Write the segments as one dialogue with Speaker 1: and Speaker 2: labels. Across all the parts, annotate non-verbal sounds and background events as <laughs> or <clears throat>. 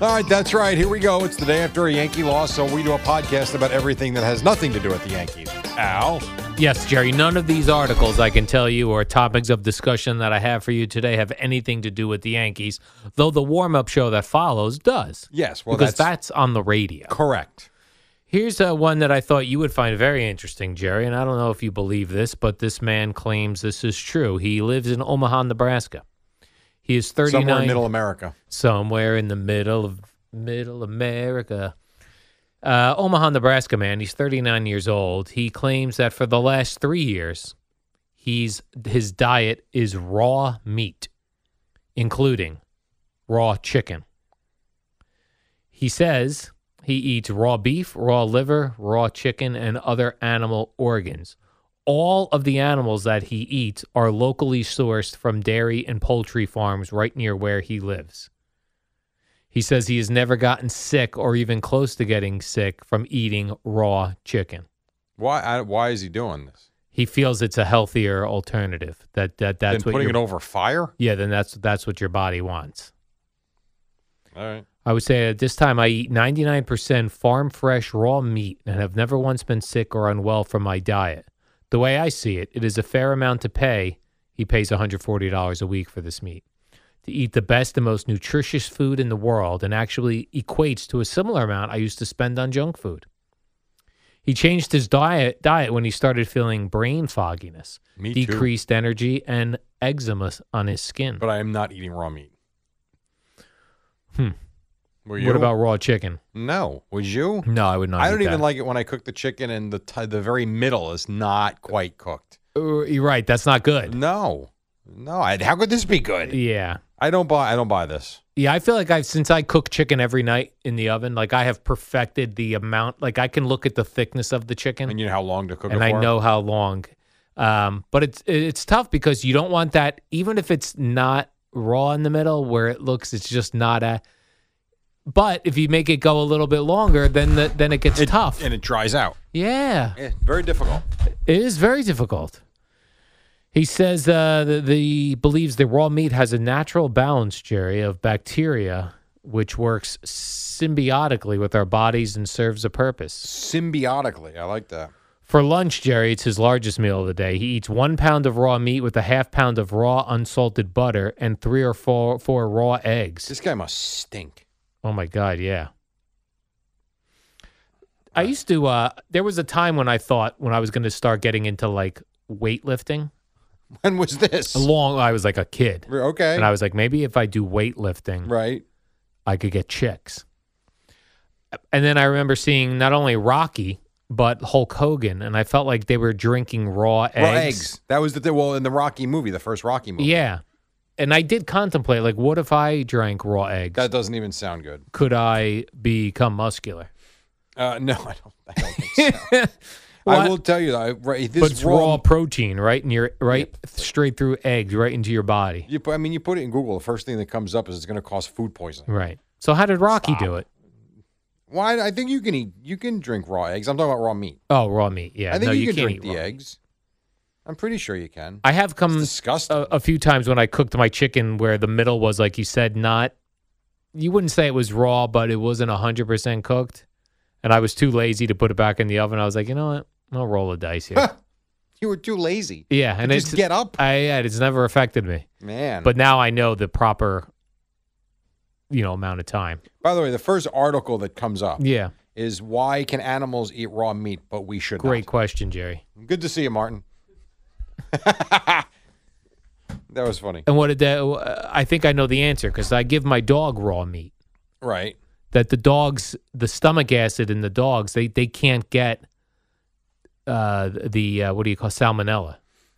Speaker 1: All right, that's right. Here we go. It's the day after a Yankee loss, so we do a podcast about everything that has nothing to do with the Yankees. Al,
Speaker 2: Yes, Jerry, none of these articles I can tell you or topics of discussion that I have for you today have anything to do with the Yankees, though the warm up show that follows does.
Speaker 1: Yes, well,
Speaker 2: because
Speaker 1: that's-
Speaker 2: that's on the radio.
Speaker 1: correct.
Speaker 2: Here's uh, one that I thought you would find very interesting, Jerry, and I don't know if you believe this, but this man claims this is true. He lives in Omaha, Nebraska. He is 39.
Speaker 1: Somewhere in middle America.
Speaker 2: somewhere in the middle of middle America. Uh, Omaha, Nebraska man. He's 39 years old. He claims that for the last three years, he's his diet is raw meat, including raw chicken. He says he eats raw beef, raw liver, raw chicken, and other animal organs. All of the animals that he eats are locally sourced from dairy and poultry farms right near where he lives. He says he has never gotten sick or even close to getting sick from eating raw chicken.
Speaker 1: Why I, Why is he doing this?
Speaker 2: He feels it's a healthier alternative. That that that's
Speaker 1: then
Speaker 2: what
Speaker 1: putting
Speaker 2: your-
Speaker 1: it over fire?
Speaker 2: Yeah, then that's that's what your body wants.
Speaker 1: All right.
Speaker 2: I would say at this time I eat 99% farm fresh raw meat and have never once been sick or unwell from my diet. The way I see it, it is a fair amount to pay. He pays $140 a week for this meat. To eat the best and most nutritious food in the world and actually equates to a similar amount I used to spend on junk food. He changed his diet diet when he started feeling brain fogginess,
Speaker 1: Me too.
Speaker 2: decreased energy, and eczema on his skin.
Speaker 1: But I am not eating raw meat.
Speaker 2: Hmm.
Speaker 1: Were you?
Speaker 2: What about raw chicken?
Speaker 1: No. Was you?
Speaker 2: No, I would not.
Speaker 1: I
Speaker 2: eat
Speaker 1: don't even
Speaker 2: that.
Speaker 1: like it when I cook the chicken and the t- the very middle is not quite cooked.
Speaker 2: Uh, You're right. That's not good.
Speaker 1: No. No. I, how could this be good?
Speaker 2: Yeah.
Speaker 1: I don't buy. I don't buy this.
Speaker 2: Yeah, I feel like I've since I cook chicken every night in the oven, like I have perfected the amount. Like I can look at the thickness of the chicken
Speaker 1: And
Speaker 2: and,
Speaker 1: you know how long to cook it
Speaker 2: I
Speaker 1: for?
Speaker 2: know how long. Um, but it's it's tough because you don't want that even if it's not raw in the middle where it looks it's just not a but if you make it go a little bit longer, then the, then it gets
Speaker 1: It-
Speaker 2: tough.
Speaker 1: and it dries out. Eh,
Speaker 2: yeah.
Speaker 1: very difficult.
Speaker 2: It is very difficult. He says uh, the, the believes the raw meat has a natural balance, Jerry, of bacteria, which works symbiotically with our bodies and serves a purpose.
Speaker 1: Symbiotically, I like that.
Speaker 2: For lunch, Jerry, it's his largest meal of the day. He eats one pound of raw meat with a half pound of raw unsalted butter and three or four four raw eggs.
Speaker 1: This guy must stink. <laughs>
Speaker 2: Oh my God, yeah. I used to. Uh, there was a time when I thought when I was going to start getting into like weightlifting.
Speaker 1: When was this?
Speaker 2: a long I was like a kid.
Speaker 1: okay.
Speaker 2: And I was like, maybe if I do weightlifting,
Speaker 1: right.
Speaker 2: I could get chicks. And then I remember seeing not only Rocky, but Hulk Hogan, and I felt like they were drinking raw eggs.
Speaker 1: Well, eggs. That was the thing. Well, in the Rocky movie, the first Rocky movie.
Speaker 2: Yeah. And I did contemplate, like, what if I drank raw eggs?
Speaker 1: That doesn't even sound good.
Speaker 2: could I become muscular?
Speaker 1: Uh, <laughs> no, I don't, I don't think
Speaker 2: <laughs>
Speaker 1: so. I
Speaker 2: What?
Speaker 1: will tell you, though, I, right, this
Speaker 2: but it's raw,
Speaker 1: raw,
Speaker 2: protein, right? In your right straight through eggs, right into your body.
Speaker 1: You, put- I mean, you put it in Google, the first thing that comes up is it's going to cause food poisoning.
Speaker 2: Right. So how did Rocky do it?
Speaker 1: Why? I think you can eat, you can drink raw eggs. I'm talking about raw meat.
Speaker 2: Oh, raw meat. Yeah.
Speaker 1: I think
Speaker 2: no,
Speaker 1: you,
Speaker 2: you,
Speaker 1: can
Speaker 2: can't
Speaker 1: drink
Speaker 2: eat
Speaker 1: the
Speaker 2: raw meat.
Speaker 1: eggs. I'm pretty sure you can.
Speaker 2: I have
Speaker 1: it's
Speaker 2: come
Speaker 1: disgusting.
Speaker 2: a, a few times when I cooked my chicken where the middle was like you said not you wouldn't say it was raw but it wasn't 100%
Speaker 1: <laughs>
Speaker 2: cooked and I was too lazy to put it back in the oven. I was like, "You know what? I'll roll the dice here."
Speaker 1: You were too lazy.
Speaker 2: Yeah, and
Speaker 1: just
Speaker 2: it's
Speaker 1: get up.
Speaker 2: I yeah, it's never affected me.
Speaker 1: Man.
Speaker 2: But now I know the proper, you know, amount of time.
Speaker 1: by the way, the first article that comes up
Speaker 2: Yeah,
Speaker 1: is why can animals eat raw meat, but we should
Speaker 2: great
Speaker 1: not?
Speaker 2: question, Jerry.
Speaker 1: Good to see you, Martin. <laughs> that was funny.
Speaker 2: And what did that? uh, I think I know the answer because I give my dog raw meat.
Speaker 1: Right.
Speaker 2: That the dogs, the stomach acid in the dogs, they they can't get uh the uh, what do you call salmonella?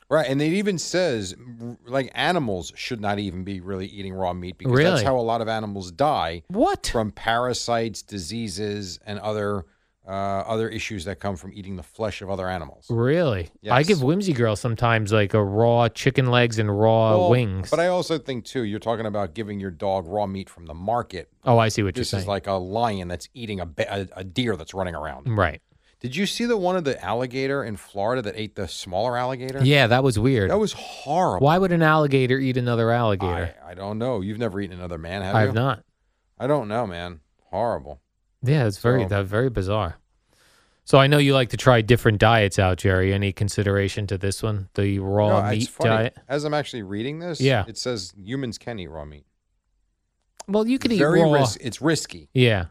Speaker 1: Right, and it even says r- like animals should not even be really eating raw meat because that's
Speaker 2: Really?
Speaker 1: how a lot of animals die
Speaker 2: What?
Speaker 1: from parasites, diseases, and other uh, other issues that come from eating the flesh of other animals.
Speaker 2: Really? I
Speaker 1: Yes.
Speaker 2: give Whimsy Girl sometimes like a raw chicken legs and raw
Speaker 1: Well,
Speaker 2: Uh, wings.
Speaker 1: But I also think too, you're talking about giving your dog raw meat from the market.
Speaker 2: oh, I see what you're
Speaker 1: This
Speaker 2: saying.
Speaker 1: is like a lion that's eating a, ba- a a deer that's running around.
Speaker 2: right.
Speaker 1: Did you see the one of the alligator in Florida that ate the smaller alligator?
Speaker 2: Yeah, that was weird.
Speaker 1: that was horrible.
Speaker 2: Why would an alligator eat another alligator?
Speaker 1: I, I don't know. You've never eaten another man, have
Speaker 2: I
Speaker 1: you?
Speaker 2: have not.
Speaker 1: I don't know, man. Horrible.
Speaker 2: Yeah, it's very
Speaker 1: So-
Speaker 2: that's very bizarre. So I know you like to try different diets out, Jerry. Any consideration to this one? The raw
Speaker 1: No, it's
Speaker 2: meat
Speaker 1: funny.
Speaker 2: diet.
Speaker 1: As I'm actually reading this,
Speaker 2: Yeah.
Speaker 1: it says humans can eat raw meat.
Speaker 2: Well, you could eat
Speaker 1: Very
Speaker 2: raw.
Speaker 1: ris- it's risky,
Speaker 2: Yeah,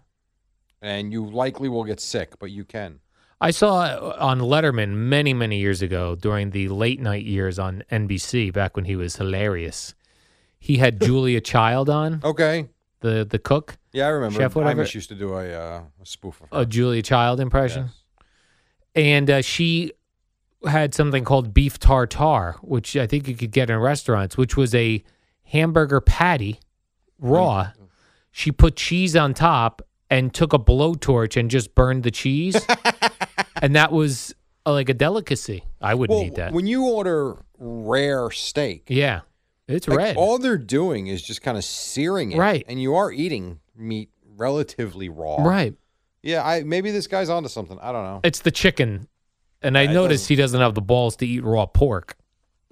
Speaker 1: and you likely will get sick, but you can.
Speaker 2: I saw uh, on Letterman many many years ago during the late night years on NBC back when he was hilarious. He had Julia Child on
Speaker 1: Okay.
Speaker 2: the the cook,
Speaker 1: Yeah, I remember.
Speaker 2: Chef, whatever-
Speaker 1: Amish used to do a, uh, a spoof of her.
Speaker 2: a Julia Child impression.
Speaker 1: Yes.
Speaker 2: and uh, she had something called beef tartare, which I think you could get in restaurants, which was a hamburger patty, raw. She put cheese on top and took a blowtorch and just burned the cheese,
Speaker 1: <laughs>
Speaker 2: and that was uh, like a delicacy. I wouldn't
Speaker 1: Well,
Speaker 2: eat that.
Speaker 1: when you order rare steak,
Speaker 2: yeah, it's
Speaker 1: like,
Speaker 2: red.
Speaker 1: all they're doing is just kind of searing it.
Speaker 2: Right.
Speaker 1: And you are eating meat relatively raw.
Speaker 2: right.
Speaker 1: Yeah, I maybe this guy's onto something. I don't know.
Speaker 2: It's the chicken, and I
Speaker 1: it
Speaker 2: noticed
Speaker 1: doesn't-
Speaker 2: he doesn't have the balls to eat raw pork.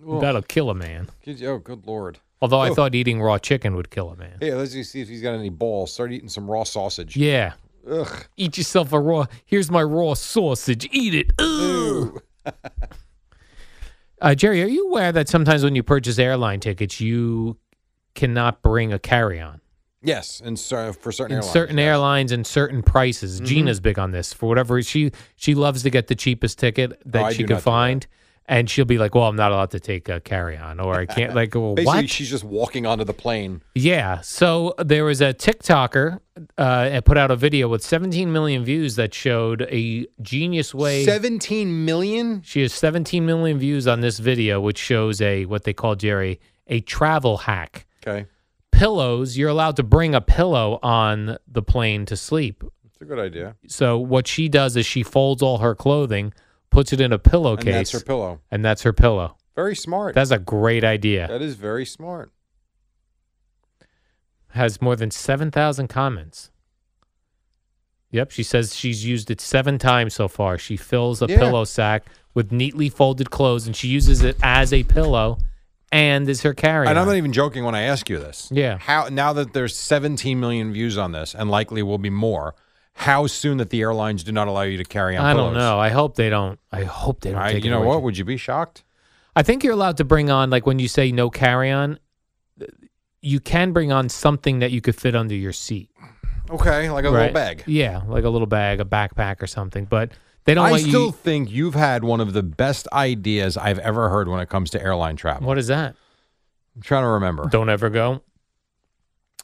Speaker 1: Well,
Speaker 2: That'll kill a man.
Speaker 1: could you- oh, good lord.
Speaker 2: Although I
Speaker 1: Oh.
Speaker 2: thought eating raw chicken would kill a man.
Speaker 1: Hey, let's just see if he's got any balls. Start eating some raw sausage.
Speaker 2: Yeah.
Speaker 1: Ugh.
Speaker 2: Eat yourself a raw. Here's my raw sausage. Eat it. Ugh.
Speaker 1: Ew.
Speaker 2: Uh, Jerry, are you aware that sometimes when you purchase airline tickets, you cannot bring a carry-on?
Speaker 1: <clears throat> Yes, and so for certain
Speaker 2: In
Speaker 1: airlines.
Speaker 2: certain
Speaker 1: yes. Mm-hmm.
Speaker 2: airlines and certain prices, Gina's big on this. For whatever she she loves to get the cheapest ticket that
Speaker 1: Oh, I do
Speaker 2: she
Speaker 1: not do
Speaker 2: can
Speaker 1: that.
Speaker 2: find, and she'll be like, "Well, I'm not allowed to take a carry-on," or "I can't." Like, well,
Speaker 1: <laughs> Basically,
Speaker 2: what?
Speaker 1: she's just walking onto the plane.
Speaker 2: Yeah. So there was a TikToker uh, that put out a video with 17 million views that showed a genius way.
Speaker 1: 17 million?
Speaker 2: She has 17 million views on this video, which shows a what they call Jerry a travel hack.
Speaker 1: Okay.
Speaker 2: Pillows, you're allowed to bring a pillow on the plane to sleep.
Speaker 1: It's a good idea.
Speaker 2: So what she does is she folds all her clothing, puts it in a pillowcase,
Speaker 1: And that's her pillow.
Speaker 2: and that's her pillow.
Speaker 1: Very smart.
Speaker 2: That's a great idea.
Speaker 1: that is very smart.
Speaker 2: Has more than 7,000 comments. Yep, she says she's used it seven times so far. She fills a
Speaker 1: Yeah.
Speaker 2: pillow sack with neatly folded clothes, and she uses it as a pillow and is her carry.
Speaker 1: And I'm not even joking when I ask you this.
Speaker 2: Yeah.
Speaker 1: How now that there's 17 million views on this and likely will be more, how soon that the airlines do not allow you to carry on
Speaker 2: I
Speaker 1: pillows?
Speaker 2: don't know. I hope they don't. I hope they don't.
Speaker 1: I,
Speaker 2: take
Speaker 1: you
Speaker 2: it
Speaker 1: know
Speaker 2: away.
Speaker 1: what? Would you be shocked?
Speaker 2: I think you're allowed to bring on like when you say no carry on, you can bring on something that you could fit under your seat,
Speaker 1: Okay, like a
Speaker 2: right?
Speaker 1: little bag.
Speaker 2: Yeah, like a little bag, a backpack, or something. But they don't
Speaker 1: I
Speaker 2: let
Speaker 1: still
Speaker 2: you.
Speaker 1: think you've had one of the best ideas I've ever heard when it comes to airline travel.
Speaker 2: What is that?
Speaker 1: I'm trying to remember.
Speaker 2: Don't ever go.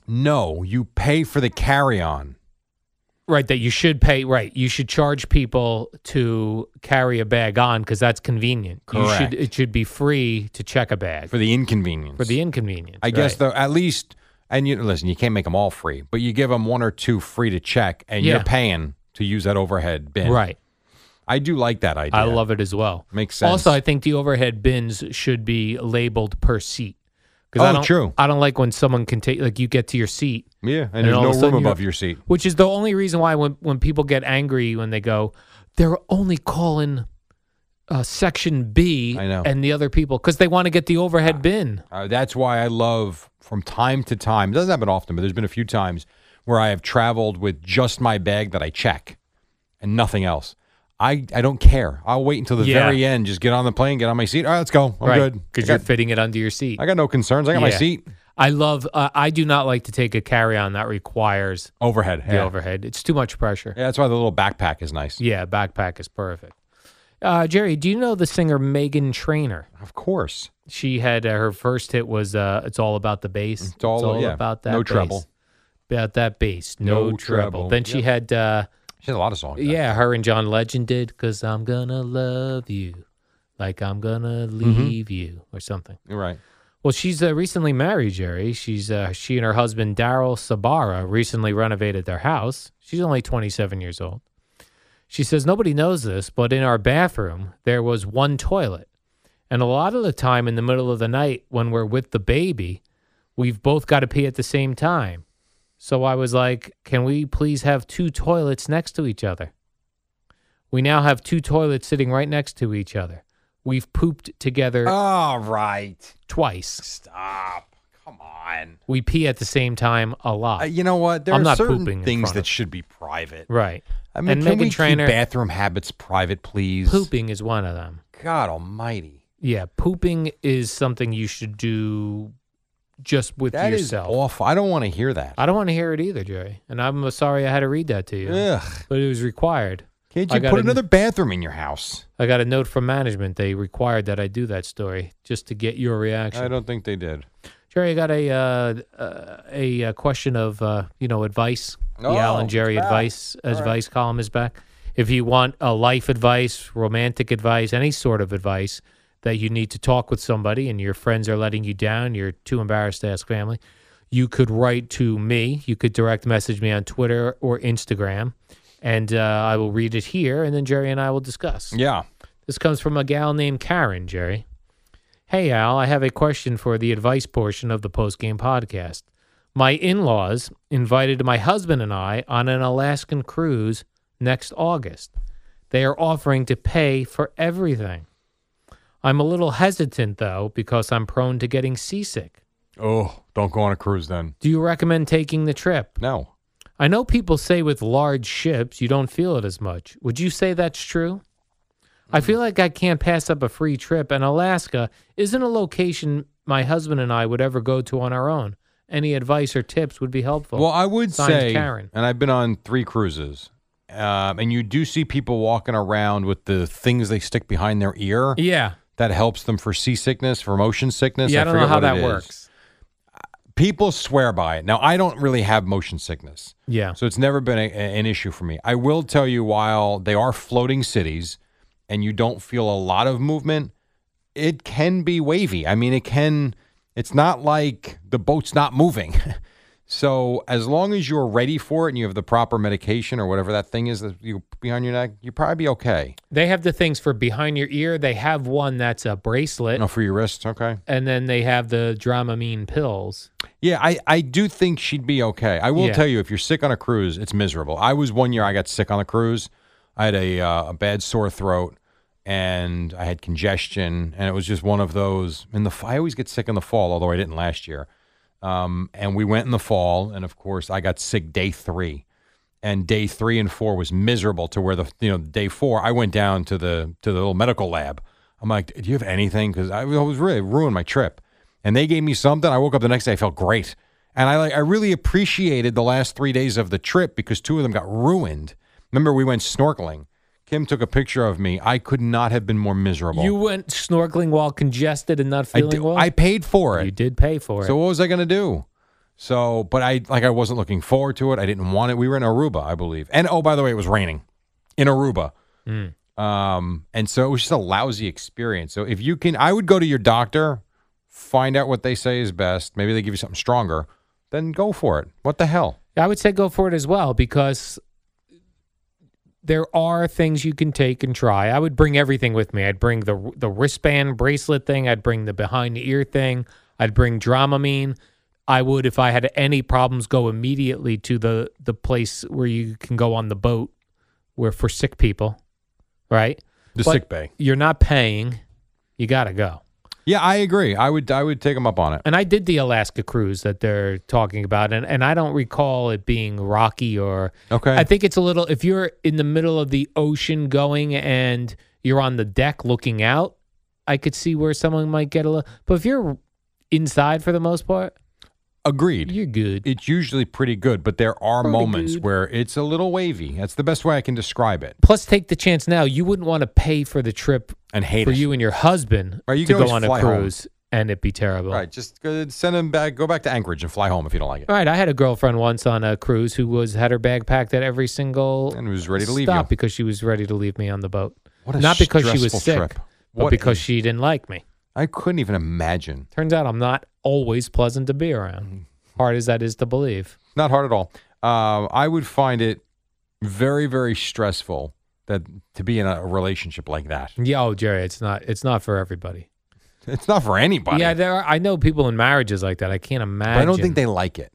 Speaker 1: No, you pay for the carry-on.
Speaker 2: Right, that you should pay. Right, you should charge people to carry a bag on because that's convenient.
Speaker 1: Correct.
Speaker 2: You should. It should be free to check a bag
Speaker 1: for the inconvenience.
Speaker 2: for the inconvenience.
Speaker 1: I guess
Speaker 2: right.
Speaker 1: though at least and you listen, you can't make them all free, but you give them one or two free to check, and you're
Speaker 2: Yeah.
Speaker 1: paying to use that overhead bin.
Speaker 2: Right.
Speaker 1: I do like that idea.
Speaker 2: I love it as well.
Speaker 1: Makes sense.
Speaker 2: Also, I think the overhead bins should be labeled per seat. 'Cause
Speaker 1: Oh,
Speaker 2: I don't,
Speaker 1: true.
Speaker 2: I don't like when someone can take like you get to your seat,
Speaker 1: Yeah, and,
Speaker 2: And
Speaker 1: there's
Speaker 2: all
Speaker 1: no
Speaker 2: of a
Speaker 1: room
Speaker 2: sudden you're-
Speaker 1: above your seat.
Speaker 2: which is the only reason why when when people get angry when they go, they're only calling uh, section B
Speaker 1: I know.
Speaker 2: and the other people because they want to get the overhead bin.
Speaker 1: Uh, that's why I love from time to time. It doesn't happen often, but there's been a few times where I have traveled with just my bag that I check and nothing else. I, I don't care. I'll wait until the
Speaker 2: Yeah.
Speaker 1: very end. Just get on the plane, get on my seat. All right, let's go. I'm good. I
Speaker 2: Because you're
Speaker 1: got,
Speaker 2: fitting it under your seat.
Speaker 1: I got no concerns. I got my
Speaker 2: Yeah.
Speaker 1: seat
Speaker 2: I love. Uh, I do not like to take a carry on that requires
Speaker 1: overhead.
Speaker 2: the
Speaker 1: yeah.
Speaker 2: overhead. It's too much pressure.
Speaker 1: Yeah, that's why the little backpack is nice.
Speaker 2: Yeah, backpack is perfect. Uh, Jerry, do you know the singer Megan Trainor?
Speaker 1: Of course.
Speaker 2: She had uh, her first hit was uh, "It's All About the Bass."
Speaker 1: It's all- yeah,
Speaker 2: about that.
Speaker 1: no
Speaker 2: bass.
Speaker 1: treble.
Speaker 2: About that bass. No,
Speaker 1: No
Speaker 2: treble.
Speaker 1: treble.
Speaker 2: Then she
Speaker 1: Yep. Oh
Speaker 2: had. Uh,
Speaker 1: She has a lot of songs.
Speaker 2: Yeah, her and John Legend did because I'm gonna love you like I'm gonna
Speaker 1: Mm-hmm.
Speaker 2: leave you or something.
Speaker 1: You're right.
Speaker 2: Well, she's uh, recently married, Jerry. She's uh, she and her husband Daryl Sabara recently renovated their house. She's only 27 years old. She says nobody knows this, but in our bathroom there was one toilet, and a lot of the time in the middle of the night when we're with the baby, we've both got to pee at the same time. So I was like, "Can we please have two toilets next to each other?" We now have two toilets sitting right next to each other. We've pooped together
Speaker 1: All right.
Speaker 2: twice
Speaker 1: Stop. Come on.
Speaker 2: we pee at the same time a lot.
Speaker 1: Uh, you know what? There
Speaker 2: I'm
Speaker 1: are
Speaker 2: not
Speaker 1: certain
Speaker 2: pooping in
Speaker 1: things
Speaker 2: front
Speaker 1: that
Speaker 2: of-
Speaker 1: should be private.
Speaker 2: right.
Speaker 1: I mean,
Speaker 2: And
Speaker 1: can
Speaker 2: Meghan
Speaker 1: we keep
Speaker 2: Trainor-
Speaker 1: bathroom habits private, please?
Speaker 2: Pooping is one of them.
Speaker 1: God Almighty.
Speaker 2: Yeah, pooping is something you should do just with
Speaker 1: That is
Speaker 2: yourself.
Speaker 1: awful. I don't want to hear that.
Speaker 2: I don't want to hear it either, Jerry. And I'm uh, sorry I had to read that to you.
Speaker 1: Ugh.
Speaker 2: But it was required.
Speaker 1: Can't
Speaker 2: I
Speaker 1: you
Speaker 2: got
Speaker 1: put
Speaker 2: a-
Speaker 1: another bathroom in your house?
Speaker 2: I got a note from management. They required that I do that story just to get your reaction.
Speaker 1: I don't think they did.
Speaker 2: Jerry, I got a uh, uh, a uh, question of uh, you know advice.
Speaker 1: Oh,
Speaker 2: the Alan
Speaker 1: it's
Speaker 2: Jerry
Speaker 1: back.
Speaker 2: advice advice column is back. If you want uh, life advice, romantic advice, any sort of advice that you need to talk with somebody and your friends are letting you down, you're too embarrassed to ask family, you could write to me. You could direct message me on Twitter or Instagram, and uh, I will read it here, and then Jerry and I will discuss.
Speaker 1: Yeah.
Speaker 2: This comes from a gal named Karen, Jerry. Hey, Al, I have a question for the advice portion of the postgame podcast. My in laws invited my husband and I on an Alaskan cruise next August. They are offering to pay for everything. I'm a little hesitant, though, because I'm prone to getting seasick.
Speaker 1: Oh, don't go on a cruise then.
Speaker 2: Do you recommend taking the trip?
Speaker 1: No.
Speaker 2: I know people say with large ships you don't feel it as much. Would you say that's true? I feel like I can't pass up a free trip, and Alaska isn't a location my husband and I would ever go to on our own. Any advice or tips would be helpful.
Speaker 1: Well, I would
Speaker 2: Signed,
Speaker 1: say,
Speaker 2: Karen.
Speaker 1: and I've been on three cruises, um, and you do see people walking around with the things they stick behind their ear.
Speaker 2: Yeah,
Speaker 1: That helps them for seasickness, for motion sickness.
Speaker 2: yeah. I don't know
Speaker 1: forget
Speaker 2: how
Speaker 1: what it
Speaker 2: that
Speaker 1: is.
Speaker 2: works.
Speaker 1: People swear by it. Now, I don't really have motion sickness,
Speaker 2: Yeah,
Speaker 1: so it's never been a, a- an issue for me. I will tell you, while they are floating cities, and you don't feel a lot of movement, it can be wavy. I mean, it can. It's not like the boat's not moving. <laughs> so as long as you're ready for it and you have the proper medication or whatever that thing is that you behind your neck, you'll probably be okay.
Speaker 2: they have the things for behind your ear. They have one that's a bracelet,
Speaker 1: No, for your wrists, okay.
Speaker 2: and then they have the Dramamine pills.
Speaker 1: Yeah, I, I do think she'd be okay. I will
Speaker 2: Yeah.
Speaker 1: tell you, if you're sick on a cruise, it's miserable. I was one year I got sick on a cruise. I had a uh, a bad sore throat and I had congestion, and it was just one of those. In the f- I always get sick in the fall, although I didn't last year. Um, and we went in the fall, and of course I got sick day three, and day three and four was miserable. To where the you know day four I went down to the to the little medical lab. I'm like, do you have anything? Because I was I was really ruined my trip. And they gave me something. I woke up the next day, I felt great, and I like I really appreciated the last three days of the trip because two of them got ruined. Remember we went snorkeling. Kim took a picture of me. I could not have been more miserable.
Speaker 2: You went snorkeling while congested and not
Speaker 1: I,
Speaker 2: feeling
Speaker 1: did-
Speaker 2: well.
Speaker 1: I paid for it.
Speaker 2: you did pay for it.
Speaker 1: So what was I going to do? So, but I like I wasn't looking forward to it. I didn't want it. We were in Aruba, I believe. And oh, by the way, it was raining in Aruba.
Speaker 2: Hmm.
Speaker 1: Um, and so it was just a lousy experience. So if you can, I would go to your doctor, find out what they say is best. Maybe they give you something stronger. Then go for it. What the hell?
Speaker 2: I would say go for it as well because there are things you can take and try. I would bring everything with me. I'd bring the the wristband bracelet thing. I'd bring the behind the ear thing. I'd bring Dramamine. I would, if I had any problems, go immediately to the the place where you can go on the boat, where for sick people, right?
Speaker 1: The
Speaker 2: But
Speaker 1: sick bay.
Speaker 2: You're not paying. You gotta go.
Speaker 1: Yeah, I agree. I would I would take him up on it.
Speaker 2: And I did the Alaska cruise that they're talking about, and, and I don't recall it being rocky or.
Speaker 1: Okay.
Speaker 2: I think it's a little. If you're in the middle of the ocean going and you're on the deck looking out, I could see where someone might get a little. But if you're inside for the most part,
Speaker 1: Agreed.
Speaker 2: you're good.
Speaker 1: it's usually pretty good, but there are
Speaker 2: Pretty
Speaker 1: moments
Speaker 2: good.
Speaker 1: where it's a little wavy. That's the best way I can describe it.
Speaker 2: Plus, take the chance now. You wouldn't want to pay for the trip
Speaker 1: And hate
Speaker 2: for
Speaker 1: it.
Speaker 2: you and your husband
Speaker 1: Right, you
Speaker 2: to
Speaker 1: can
Speaker 2: go
Speaker 1: always
Speaker 2: on a
Speaker 1: fly home.
Speaker 2: cruise and it be terrible.
Speaker 1: All right, just go, send him back. Go back to Anchorage and fly home if you don't like it.
Speaker 2: All right, I had a girlfriend once on a cruise who was had her bag packed at every single
Speaker 1: And was ready to leave
Speaker 2: stop
Speaker 1: you.
Speaker 2: because she was ready to leave me on the boat.
Speaker 1: What a
Speaker 2: Not because she was
Speaker 1: stressful
Speaker 2: sick,
Speaker 1: trip.
Speaker 2: but
Speaker 1: What
Speaker 2: because
Speaker 1: a-
Speaker 2: she didn't like me.
Speaker 1: I couldn't even imagine.
Speaker 2: Turns out I'm not always pleasant to be
Speaker 1: Mm-hmm.
Speaker 2: around. Hard as that is to believe.
Speaker 1: Not hard at all. Uh, I would find it very, very stressful that to be in a relationship like that.
Speaker 2: Yeah, oh Jerry, it's not it's not for everybody.
Speaker 1: It's not for anybody.
Speaker 2: Yeah, there are, I know people in marriages like that. I can't
Speaker 1: but
Speaker 2: imagine.
Speaker 1: I don't think they like it.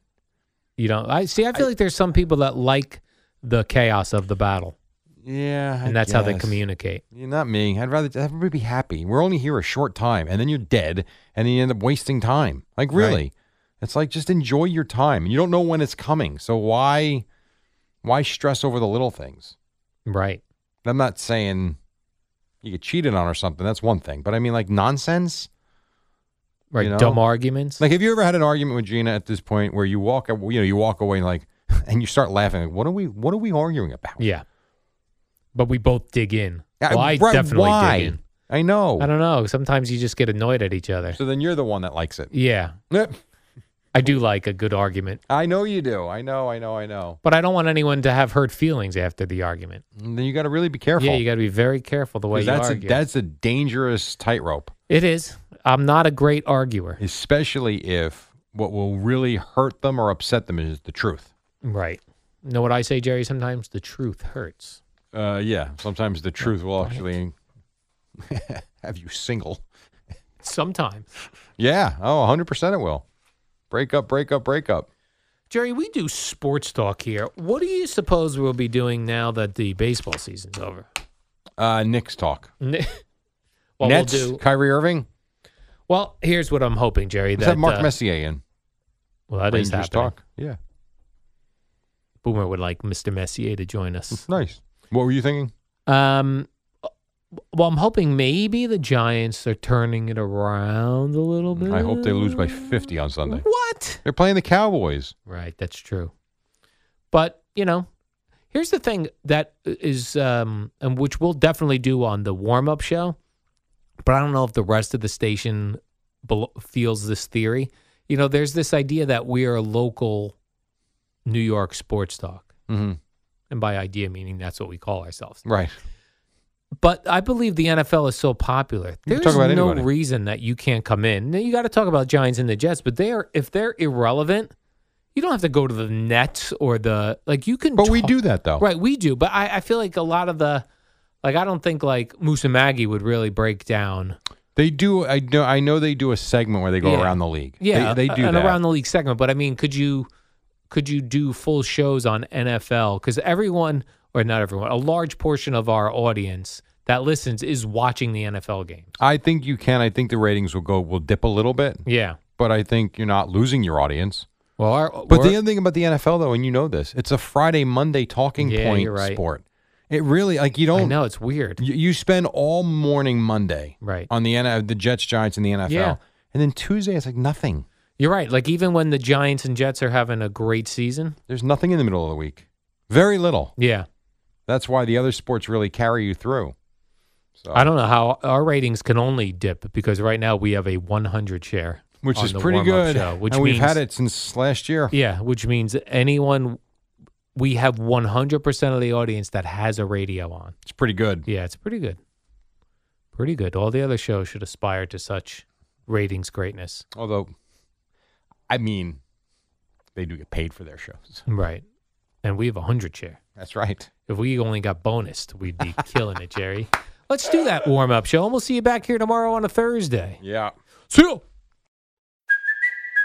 Speaker 2: you know. I see. I feel like there's some people that like the chaos of the battle,
Speaker 1: Yeah, I
Speaker 2: and that's how they
Speaker 1: guess.
Speaker 2: communicate.
Speaker 1: Yeah, not me. I'd rather everybody be happy. We're only here a short time, and then you're dead, and then you end up wasting time. Like really, it's like just enjoy your time. You don't know when it's coming, so why, why stress over the little things?
Speaker 2: Right.
Speaker 1: And I'm not saying you get cheated on or something. That's one thing, but I mean like nonsense.
Speaker 2: Right.
Speaker 1: You know?
Speaker 2: Dumb arguments.
Speaker 1: Like, have you ever had an argument with Gina at this point where you walk, you know, you walk away and like, <laughs> and you start laughing? Like, what are we? What are we arguing about?
Speaker 2: Yeah. But we both dig in.
Speaker 1: Uh,
Speaker 2: Well, I
Speaker 1: right,
Speaker 2: definitely
Speaker 1: why?
Speaker 2: dig in.
Speaker 1: I know.
Speaker 2: I don't know. Sometimes you just get annoyed at each other.
Speaker 1: so then you're the one that likes it.
Speaker 2: Yeah.
Speaker 1: <laughs>
Speaker 2: I do like a good argument,
Speaker 1: I know you do. I know. I know. I know.
Speaker 2: but I don't want anyone to have hurt feelings after the argument.
Speaker 1: And then you got to really be careful.
Speaker 2: Yeah, you got to be very careful the way
Speaker 1: 'Cause
Speaker 2: you
Speaker 1: that's
Speaker 2: argue.
Speaker 1: a, that's a dangerous tightrope,
Speaker 2: it is. I'm not a great arguer.
Speaker 1: especially if what will really hurt them or upset them is the truth.
Speaker 2: Right. You know what I say, Jerry? Sometimes the truth hurts.
Speaker 1: Uh, yeah, sometimes the truth will actually <laughs> have you single.
Speaker 2: Sometimes.
Speaker 1: Yeah, oh, 100% it will. Break up, break up, break up.
Speaker 2: Jerry, we do sports talk here. What do you suppose we'll be doing now that the baseball season's <laughs> over?
Speaker 1: Uh, Knicks talk.
Speaker 2: what
Speaker 1: Nets,
Speaker 2: we'll do.
Speaker 1: Kyrie Irving.
Speaker 2: Well, here's what I'm hoping, Jerry.
Speaker 1: Let's
Speaker 2: That
Speaker 1: have Mark
Speaker 2: uh,
Speaker 1: Messier in.
Speaker 2: Well, that is
Speaker 1: Rangers
Speaker 2: happening.
Speaker 1: talk. Yeah, <laughs>
Speaker 2: Boomer would like Mr. Messier to join us. <laughs>
Speaker 1: nice. What were you thinking?
Speaker 2: Um, well, I'm hoping maybe the Giants are turning it around a little bit.
Speaker 1: I hope they lose by 50 on Sunday.
Speaker 2: <laughs> What?
Speaker 1: They're playing the Cowboys.
Speaker 2: Right, that's true. But you know, here's the thing that is, um, and which we'll definitely do on the warm-up show. But I don't know if the rest of the station bel feels this theory. You know, there's this idea that we are a local New York sports talk,
Speaker 1: Mm-hmm.
Speaker 2: and by idea meaning that's what we call ourselves.
Speaker 1: Right.
Speaker 2: But I believe the NFL is so popular.
Speaker 1: You
Speaker 2: There's
Speaker 1: can talk about
Speaker 2: no
Speaker 1: anybody.
Speaker 2: reason that you can't come in. Now, you got to talk about Giants and the Jets, but they are if they're irrelevant, you don't have to go to the Nets or the like. You can,
Speaker 1: But we
Speaker 2: talk-
Speaker 1: do that, though.
Speaker 2: right? We do, but I, I feel like a lot of the like I don't think like Moose and Maggie would really break down.
Speaker 1: They do. I know. I know they do a segment where they go
Speaker 2: Yeah.
Speaker 1: around the league.
Speaker 2: Yeah,
Speaker 1: they, they do
Speaker 2: an
Speaker 1: that.
Speaker 2: around the league segment. But I mean, could you could you do full shows on NFL? Because everyone, or not everyone, a large portion of our audience that listens is watching the NFL games.
Speaker 1: I think you can. I think the ratings will go will dip a little bit,
Speaker 2: Yeah.
Speaker 1: but I think you're not losing your audience.
Speaker 2: Well, our,
Speaker 1: But
Speaker 2: we're-
Speaker 1: the other thing about the NFL though, and you know this, it's a Friday Monday talking
Speaker 2: Yeah,
Speaker 1: point
Speaker 2: you're right.
Speaker 1: sport. It really like you
Speaker 2: I
Speaker 1: don't.
Speaker 2: know it's weird.
Speaker 1: You, you spend all morning Monday
Speaker 2: Right.
Speaker 1: on the N- the Jets, Giants, and the NFL,
Speaker 2: Yeah.
Speaker 1: and then Tuesday it's like nothing.
Speaker 2: You're right. Like even when the Giants and Jets are having a great season,
Speaker 1: There's nothing in the middle of the week. Very little.
Speaker 2: yeah.
Speaker 1: That's why the other sports really carry you through. So
Speaker 2: I don't know how our ratings can only dip because right now we have a 100 share,
Speaker 1: which
Speaker 2: on
Speaker 1: is
Speaker 2: the
Speaker 1: pretty
Speaker 2: warm-up
Speaker 1: good.
Speaker 2: show, which
Speaker 1: and
Speaker 2: means
Speaker 1: we've had it since last year.
Speaker 2: yeah, which means anyone we have 100 percent of the audience that has a radio on.
Speaker 1: It's pretty good.
Speaker 2: Yeah, it's pretty good. Pretty good. All the other shows should aspire to such ratings greatness.
Speaker 1: Although, I mean, they do get paid for their shows.
Speaker 2: Right. And we have a 100 share.
Speaker 1: That's right.
Speaker 2: If we only got bonus, we'd be killing it, Jerry. Let's do that warm up show, and we'll see you back here tomorrow on a Thursday.
Speaker 1: Yeah.
Speaker 2: See you.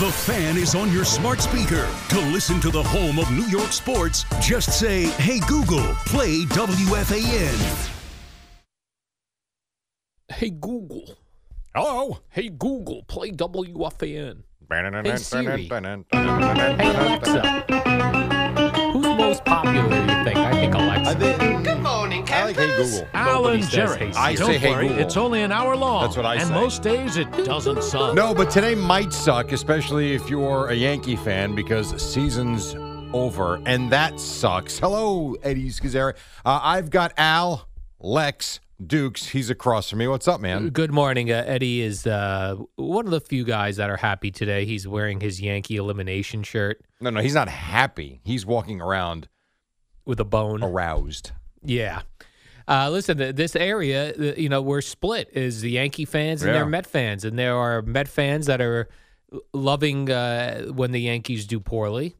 Speaker 3: The fan is on your smart speaker. To listen to the home of New York sports, just say, Hey Google, play WFAN.
Speaker 2: Hey, Google.
Speaker 1: Hello.
Speaker 2: Hey, Google. Play WFAN.
Speaker 1: Hey
Speaker 2: Siri. Hey, Alexa. Who's most popular, do you think? I think Alexa.
Speaker 1: I think
Speaker 4: Good morning,
Speaker 1: I like Hey Google.
Speaker 2: Nobody
Speaker 5: Alan
Speaker 2: says
Speaker 5: Jerry.
Speaker 2: hey,
Speaker 1: I
Speaker 2: Siri.
Speaker 5: Don't
Speaker 1: say Hey
Speaker 5: worry,
Speaker 1: Google.
Speaker 5: it's only an hour long.
Speaker 1: That's what I
Speaker 5: And
Speaker 1: say.
Speaker 5: most days it doesn't suck.
Speaker 1: No, but today might suck, especially if you're a Yankee fan, because season's over, and that sucks. Hello, Eddie Scazzeri. Uh, I've got Al, Lex, Dukes. He's across from me. What's up, man?
Speaker 2: Good morning. Uh, Eddie is uh, one of the few guys that are happy today. He's wearing his Yankee elimination shirt
Speaker 1: No, no, he's not happy. He's walking around
Speaker 2: with a bone.
Speaker 1: aroused.
Speaker 2: Yeah. Uh, listen, th- this area, th- you know, we're split is the Yankee fans and their
Speaker 1: Yeah.
Speaker 2: Met fans. And there are Met fans that are l- loving uh, when the Yankees do poorly.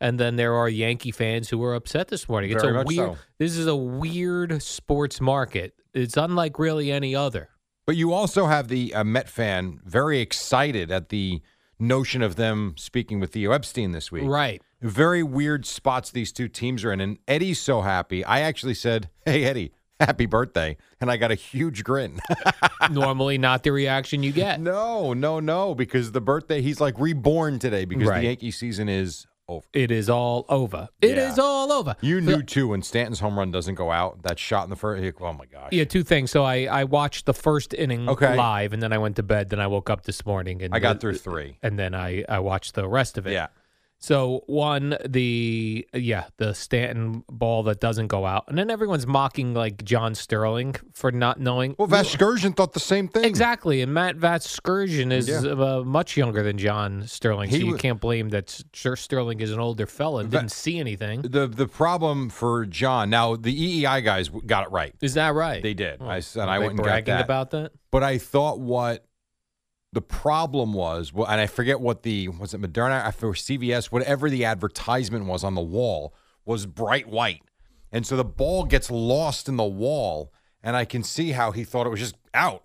Speaker 2: And then there are Yankee fans who are upset this morning. It's
Speaker 1: Very
Speaker 2: a
Speaker 1: much
Speaker 2: weird,
Speaker 1: so.
Speaker 2: this is a weird sports market. It's unlike really any other.
Speaker 1: But you also have the uh, Met fan very excited at the notion of them speaking with Theo Epstein this week. <laughs>
Speaker 2: Right.
Speaker 1: Very weird spots these two teams are in. And Eddie's so happy. I actually said, Hey, Eddie, happy birthday. And I got a
Speaker 2: <laughs>
Speaker 1: huge grin. <laughs>
Speaker 2: Normally not the reaction you get.
Speaker 1: no, no, no, because the birthday, he's like reborn today because
Speaker 2: Right.
Speaker 1: the Yankee season is over.
Speaker 2: It is all over. It is
Speaker 1: Yeah.
Speaker 2: all over.
Speaker 1: You knew too when Stanton's home run doesn't go out, that shot in the first. Oh, my gosh.
Speaker 2: Yeah, two things. So I, I watched the first inning
Speaker 1: Okay.
Speaker 2: live, and then I went to bed. Then I woke up this morning, and
Speaker 1: I got
Speaker 2: the-
Speaker 1: through
Speaker 2: <laughs>
Speaker 1: three.
Speaker 2: and then I I watched the rest of it.
Speaker 1: Yeah.
Speaker 2: So one the yeah the Stanton ball that doesn't go out, and then everyone's mocking like John Sterling for not knowing.
Speaker 1: Well, Vashkirjan thought the same thing.
Speaker 2: Exactly, and Matt Vatskurgeon is
Speaker 1: Yeah.
Speaker 2: uh, much younger than John Sterling,
Speaker 1: He
Speaker 2: so you
Speaker 1: wa-
Speaker 2: can't blame that S- Sir Sterling is an older fella and
Speaker 1: Va-
Speaker 2: didn't see anything.
Speaker 1: The the problem for John now the EEI guys w- got it right.
Speaker 2: Is that right?
Speaker 1: They did. I s- and
Speaker 2: Were they
Speaker 1: I went and got
Speaker 2: bragging
Speaker 1: that.
Speaker 2: about that.
Speaker 1: But I thought what the problem was, well, and I forget what the was it Moderna I for CVS, whatever the advertisement was on the wall was bright white, and so the ball gets lost in the wall, and I can see how he thought it was just out.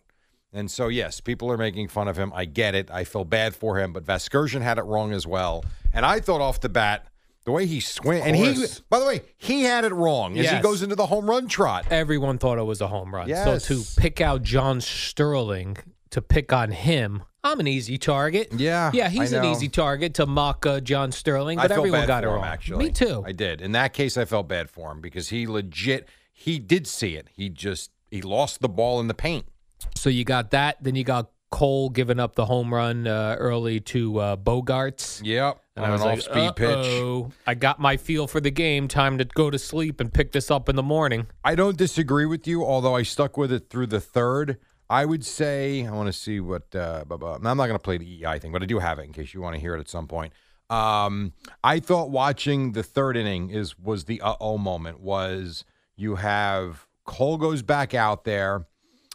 Speaker 1: And so, yes, people are making fun of him. I get it. I feel bad for him, but Vaskersian had it wrong as well. And I thought off the bat, the way he swing, and he,
Speaker 2: course.
Speaker 1: by the way, he had it wrong as he
Speaker 2: Yes.
Speaker 1: goes into the home run trot.
Speaker 2: everyone thought it was a home run.
Speaker 1: Yes.
Speaker 2: So to pick out John Sterling to pick on him, I'm an easy target.
Speaker 1: Yeah,
Speaker 2: yeah,
Speaker 1: I
Speaker 2: he's an
Speaker 1: know.
Speaker 2: easy target to mock uh, John Sterling,
Speaker 1: I
Speaker 2: but
Speaker 1: felt
Speaker 2: everyone
Speaker 1: bad
Speaker 2: got
Speaker 1: for
Speaker 2: it
Speaker 1: him,
Speaker 2: wrong.
Speaker 1: Actually,
Speaker 2: me too.
Speaker 1: I did. In that case, I felt bad for him because he legit he did see it. He just he lost the ball in the paint.
Speaker 2: so you got that, then you got Cole giving up the home run uh, early to uh, Bogarts.
Speaker 1: Yep,
Speaker 2: And
Speaker 1: on
Speaker 2: I was
Speaker 1: an
Speaker 2: like,
Speaker 1: off-speed pitch.
Speaker 2: "Uh-oh, I got my feel for the game. Time to go to sleep and pick this up in the morning.
Speaker 1: I don't disagree with you, although I stuck with it through the third. I would say I want to see what. Uh, blah, blah. I'm not going to play the EI thing, but I do have it in case you want to hear it at some point. Um, I thought watching the third inning is was the uh oh moment. Was you have Cole goes back out there.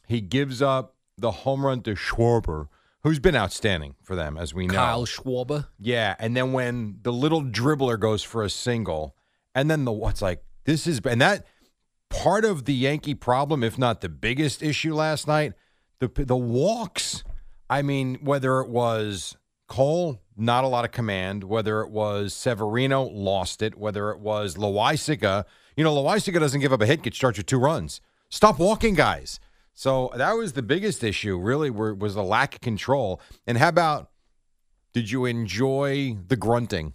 Speaker 1: He gives up the home run to Schwarber, who's been outstanding for them, as we know.
Speaker 2: Kyle Schwarber.
Speaker 1: Yeah, and then when the little dribbler goes for a single, and then the what's like this is and that part of the Yankee problem, if not the biggest issue last night, the the walks. I mean, whether it was Cole, not a lot of command. Whether it was Severino, lost it. Whether it was Loisica, you know, Loisica doesn't give up a hit, gets charged with two runs. Stop walking, guys. So that was the biggest issue, really, were, was the lack of control. And how about did you enjoy the grunting?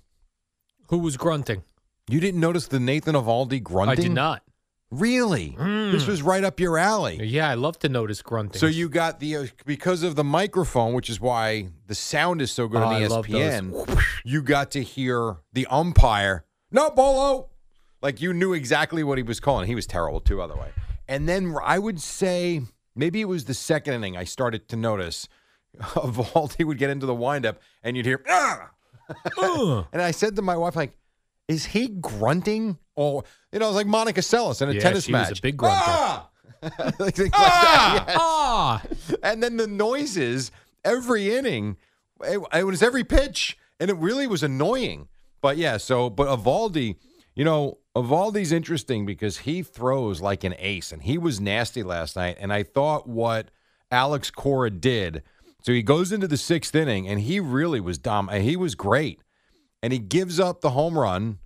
Speaker 2: Who was grunting?
Speaker 1: You didn't notice the Nathan Avaldi grunting?
Speaker 2: I did not. Mm.
Speaker 1: Really? This was right up your alley.
Speaker 2: Yeah, I love to notice grunting.
Speaker 1: So you got the uh, because of the microphone, which is why the sound is so good
Speaker 2: Oh,
Speaker 1: on E
Speaker 2: I love those.
Speaker 1: ESPN. You got to hear the umpire. No bolo. Like you knew exactly what he was calling. He was terrible too, by the way. And then I would say maybe it was the second inning I started to notice <laughs> Valdi would get into the windup, and you'd hear. "Ah!" <laughs> and I said to my wife, like, "Is he grunting?" Or you know, it was like Monica Seles in a
Speaker 2: Yeah,
Speaker 1: tennis
Speaker 2: she was
Speaker 1: match.
Speaker 2: a big grunter.
Speaker 1: "Ah!" <laughs> like, things like that, yeah.
Speaker 2: Ah,
Speaker 1: <laughs> And then the noises every inning, it, it was every pitch, and it really was annoying. But yeah, so but Avaldi, you know, Avaldi's interesting because he throws like an ace, and he was nasty last night. And I thought what Alex Cora did. So he goes into the sixth inning, and he really was dumb. He was great, and he gives up the home run,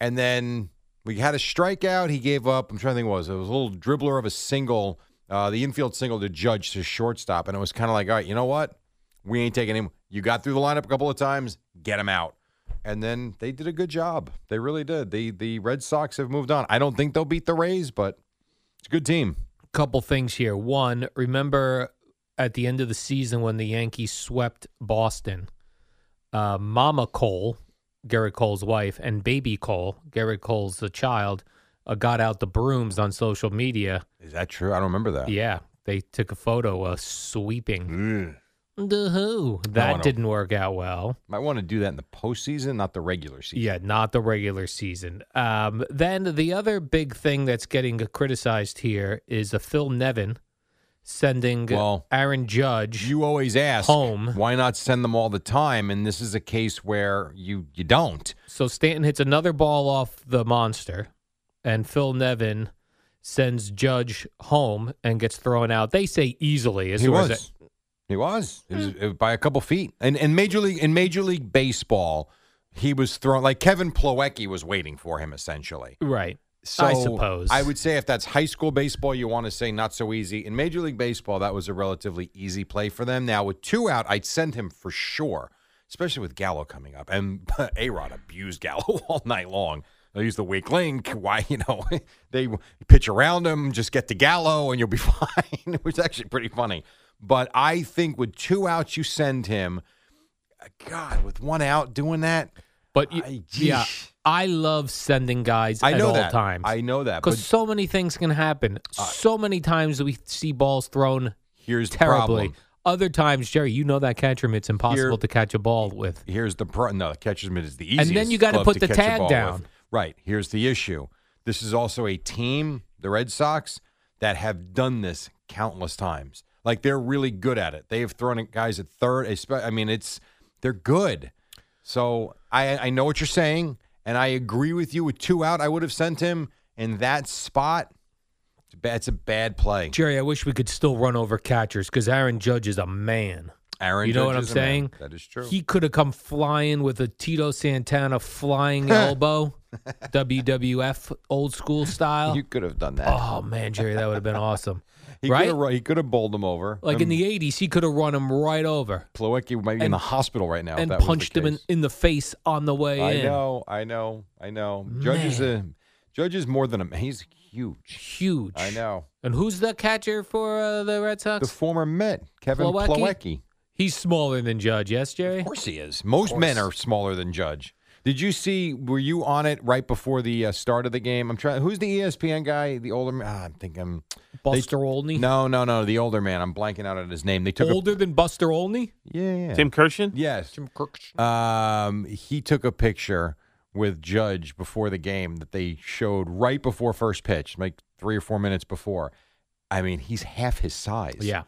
Speaker 1: and then we had a strikeout. He gave up. I'm trying to think what it was it was a little dribbler of a single, uh, the infield single to Judge to shortstop, and it was kind of like, all right, you know what? We ain't taking him. You got through the lineup a couple of times. Get him out. And then they did a good job. They really did. The the Red Sox have moved on. I don't think they'll beat the Rays, but it's a good team.
Speaker 2: couple things here. One, remember at the end of the season when the Yankees swept Boston, uh, Mama Cole, Garrett Cole's wife, and Baby Cole, Garrett Cole's the child, uh, got out the brooms on social media.
Speaker 1: Is that true? I don't remember that.
Speaker 2: Yeah, they took a photo of sweeping. The who?
Speaker 1: I
Speaker 2: That
Speaker 1: know.
Speaker 2: didn't work out well.
Speaker 1: Might want to do that in the postseason, not the regular season.
Speaker 2: Yeah, not the regular season. Um, then the other big thing that's getting criticized here is a Phil Nevin sending
Speaker 1: Well,
Speaker 2: Aaron Judge.
Speaker 1: You always ask
Speaker 2: Home.
Speaker 1: Why not send them all the time? And this is a case where you you don't.
Speaker 2: so Stanton hits another ball off the monster, and Phil Nevin sends Judge home and gets thrown out. They say easily. As
Speaker 1: he
Speaker 2: far
Speaker 1: was.
Speaker 2: as that-
Speaker 1: He was. It was it- by a couple feet. And in major league in major league baseball, he was thrown like Kevin Plowecki was waiting for him essentially.
Speaker 2: right.
Speaker 1: So
Speaker 2: I suppose.
Speaker 1: I would say if that's high school baseball, you want to say not so easy. In Major League Baseball, that was a relatively easy play for them. Now with two out, I'd send him for sure, especially with Gallo coming up. And <laughs> A Rod abused Gallo <laughs> all night long. They use the weak link. Why you know <laughs> they pitch around him, just get to Gallo, and you'll be <laughs> fine. it was actually pretty funny. But I think with two outs, you send him. uh, God, with one out, doing that.
Speaker 2: But you,
Speaker 1: I-
Speaker 2: yeah,
Speaker 1: yeesh.
Speaker 2: I love sending guys
Speaker 1: I know
Speaker 2: at all
Speaker 1: that.
Speaker 2: times.
Speaker 1: I Uh, know that.
Speaker 2: because
Speaker 1: But
Speaker 2: so many things can happen. so many times we see balls thrown
Speaker 1: here's the
Speaker 2: terribly.
Speaker 1: problem.
Speaker 2: Other times, Jerry, you know that catcher mitt, it's impossible
Speaker 1: Here-
Speaker 2: to catch a ball with.
Speaker 1: Here's the pro- no, the catcher's mitt is the
Speaker 2: And
Speaker 1: easiest.
Speaker 2: then you gotta
Speaker 1: glove
Speaker 2: put
Speaker 1: to
Speaker 2: the
Speaker 1: catch a
Speaker 2: tag
Speaker 1: ball
Speaker 2: down.
Speaker 1: with. Right. Here's the issue. This is also a team, the Red Sox, that have done this countless times. Like they're really good at it. They have thrown at guys at third. espe- I mean, it's they're good. So I I know what you're saying, and I agree with you. With two out, I would have sent him in that spot. It's a bad, it's a bad play.
Speaker 2: Jerry, I wish we could still run over catchers because Aaron Judge is a man.
Speaker 1: Aaron,
Speaker 2: you know
Speaker 1: Judge
Speaker 2: what I'm
Speaker 1: is a man.
Speaker 2: saying?
Speaker 1: That is true.
Speaker 2: He could have come flying with a Tito Santana
Speaker 1: <laughs>
Speaker 2: flying elbow, WWF old school style.
Speaker 1: you could have done that.
Speaker 2: oh man, Jerry, that would have been awesome.
Speaker 1: he
Speaker 2: right?
Speaker 1: could have, ru- he could have bowled him over.
Speaker 2: Like in
Speaker 1: Um,
Speaker 2: the '80s, he could have run him right over
Speaker 1: Plowecki might be in
Speaker 2: And-
Speaker 1: the hospital right now. if
Speaker 2: and
Speaker 1: that was the
Speaker 2: punched him in,
Speaker 1: case.
Speaker 2: in the face on the way
Speaker 1: I
Speaker 2: in.
Speaker 1: know, I know, I know. Judge is a judge is more than a he's huge.
Speaker 2: Huge.
Speaker 1: I know.
Speaker 2: And who's the catcher for uh, the Red Sox?
Speaker 1: The former Met, Kevin
Speaker 2: Plawecki?
Speaker 1: Plowecki.
Speaker 2: He's smaller than Judge, yes, Jerry?
Speaker 1: Of course he is. Most men are smaller than Judge. Did you see? Were you on it right before the uh, start of the game? I'm trying. Who's the E ESPN guy? The older man. Ah, I think I'm.
Speaker 2: Buster Olney?
Speaker 1: No, no, no. The older man. I'm blanking out on his name. They took. a,
Speaker 2: Older than Buster Olney?
Speaker 1: yeah, yeah.
Speaker 5: Tim Kirshen?
Speaker 1: Yes.
Speaker 2: Kirk.
Speaker 1: Um, he took a picture with Judge before the game that they showed right before first pitch, like three or four minutes before. I mean, he's half his size.
Speaker 2: Yeah.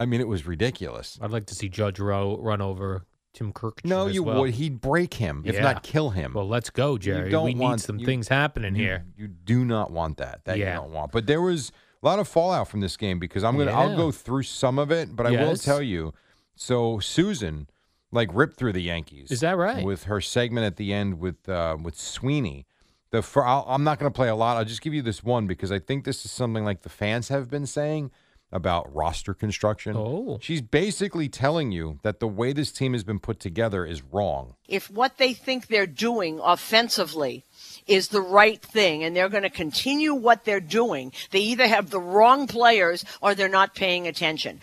Speaker 1: I mean, it was ridiculous.
Speaker 2: I'd like to see Judge Rowe run over Tim Kirk.
Speaker 1: No, you
Speaker 2: well.
Speaker 1: would. He'd break him, if
Speaker 2: Yeah.
Speaker 1: not kill him.
Speaker 2: Well, let's go, Jerry.
Speaker 1: don't
Speaker 2: we need
Speaker 1: want-
Speaker 2: some
Speaker 1: you-
Speaker 2: things happening
Speaker 1: you,
Speaker 2: here.
Speaker 1: You do not want that. That
Speaker 2: Yeah.
Speaker 1: you don't want. But there was a lot of fallout from this game because I'm gonna I'll
Speaker 2: Yeah.
Speaker 1: go through some of it, but I will
Speaker 2: Yes.
Speaker 1: tell you. So Susan like ripped through the Yankees.
Speaker 2: Is that right?
Speaker 1: With her segment at the end with uh, with Sweeney. The fir- I'll, I'm not going to play a lot. I'll just give you this one because I think this is something like the fans have been saying about roster construction.
Speaker 2: Oh.
Speaker 1: She's basically telling you that the way this team has been put together is wrong.
Speaker 4: if what they think they're doing offensively is the right thing and they're going to continue what they're doing, they either have the wrong players or they're not paying attention.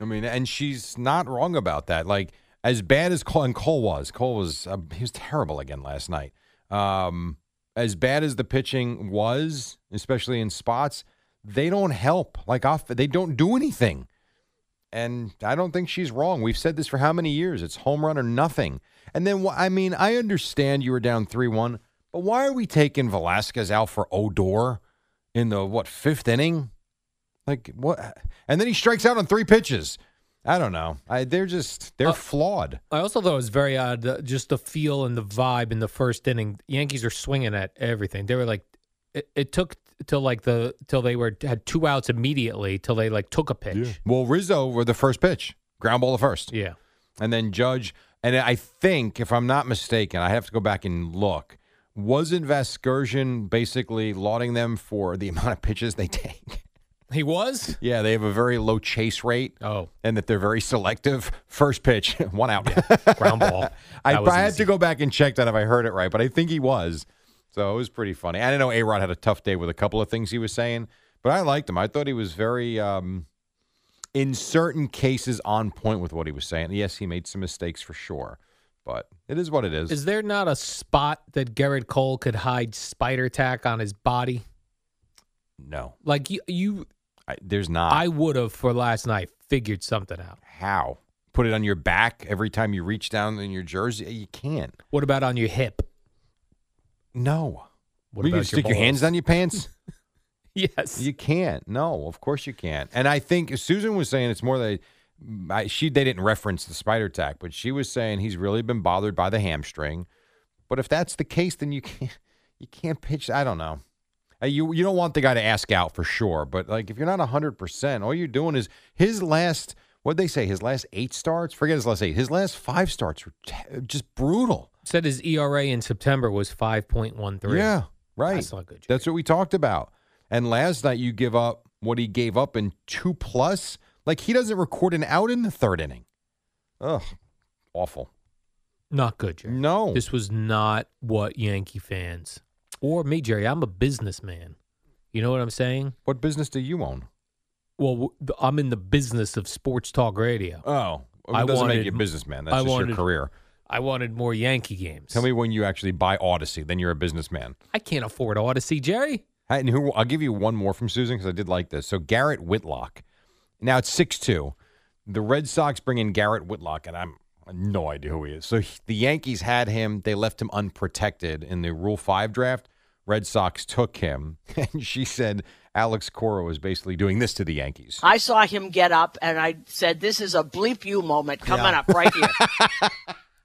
Speaker 1: I mean, and she's not wrong about that. Like as bad as Cole and Cole was, Cole was uh, he was terrible again last night. Um, as bad as the pitching was, especially in spots, they don't help. Like off, they don't do anything. And I don't think she's wrong. We've said this for how many years? It's home run or nothing. And then, wh- I mean, I understand you were down 3 1, but why are we taking Velasquez out for Odor in the, what, fifth inning? Like, what? And then he strikes out on three pitches. I don't know. I, they're just, they're
Speaker 2: Uh,
Speaker 1: flawed.
Speaker 2: I also thought it was very odd, uh, just the feel and the vibe in the first inning. Yankees are swinging at everything. They were like, it, it took till like the till they were had two outs immediately till they like took a pitch.
Speaker 1: Well, Rizzo were the first pitch, ground ball to first.
Speaker 2: Yeah,
Speaker 1: and then Judge. And I think, if I'm not mistaken, I have to go back and look. Wasn't Vasgersian basically lauding them for the <laughs> amount of pitches they take?
Speaker 2: he was.
Speaker 1: yeah, they have a very low chase rate,
Speaker 2: Oh,
Speaker 1: and that they're very selective. First pitch, <laughs> one out.
Speaker 2: ground ball.
Speaker 1: <laughs> I,
Speaker 2: That was
Speaker 1: I had
Speaker 2: easy.
Speaker 1: to go back and check that if I heard it right, but I think he was. So it was pretty funny. I didn't know A Rod had a tough day with a couple of things he was saying, but I liked him. I thought he was very, um, in certain cases, on point with what he was saying. Yes, he made some mistakes for sure, but it is what it is.
Speaker 2: Is there not a spot that Garrett Cole could hide spider tack on his body?
Speaker 1: no,
Speaker 2: Like you, you
Speaker 1: I, there's not.
Speaker 2: I would have for last night figured something out.
Speaker 1: How? Put it on your back every time you reach down in your jersey? You can't.
Speaker 2: What about on your hip?
Speaker 1: No.
Speaker 2: What
Speaker 1: What you
Speaker 2: about
Speaker 1: can stick your
Speaker 2: balls?
Speaker 1: hands down your pants?
Speaker 2: Yes.
Speaker 1: You can't. No, of course you can't. And I think Susan was saying it's more that I, she they didn't reference the spider tack, but she was saying he's really been bothered by the hamstring. But if that's the case, then you can't <laughs> you can't pitch. I don't know. Uh, You you don't want the guy to ask out for sure, but like if you're not hundred percent, all you're doing is his last. What they say? His last eight starts. Forget his last eight. His last five starts were te- just brutal.
Speaker 2: Said his ERA in September was five point one three.
Speaker 1: Yeah, right.
Speaker 2: That's not good,
Speaker 1: That's what we talked about. And last night you give up what he gave up in two plus. Like he doesn't record an out in the third inning. Ugh, awful.
Speaker 2: Not good, Jerry.
Speaker 1: No,
Speaker 2: This was not what Yankee fans or me, Jerry. I'm a businessman. You know what I'm saying?
Speaker 1: what business do you own?
Speaker 2: Well, w- I'm in the business of sports talk radio.
Speaker 1: Oh, it
Speaker 2: I
Speaker 1: doesn't
Speaker 2: wanted-
Speaker 1: make you a businessman. That's
Speaker 2: I
Speaker 1: just
Speaker 2: wanted-
Speaker 1: your career.
Speaker 2: I wanted more Yankee games.
Speaker 1: Tell me when you actually buy Odyssey, then you're a businessman.
Speaker 2: I can't afford Odyssey, Jerry.
Speaker 1: And who? I'll give you one more from Susan because I did like this. So Garrett Whitlock. Now it's six two. The Red Sox bring in Garrett Whitlock, and I'm I have no idea who he is. So he- the Yankees had him. They left him unprotected in the Rule Five draft. Red Sox took him, <laughs> and she said Alex Cora was basically doing this to the Yankees.
Speaker 4: I saw him get up and I said, This is a bleep you moment coming up right here.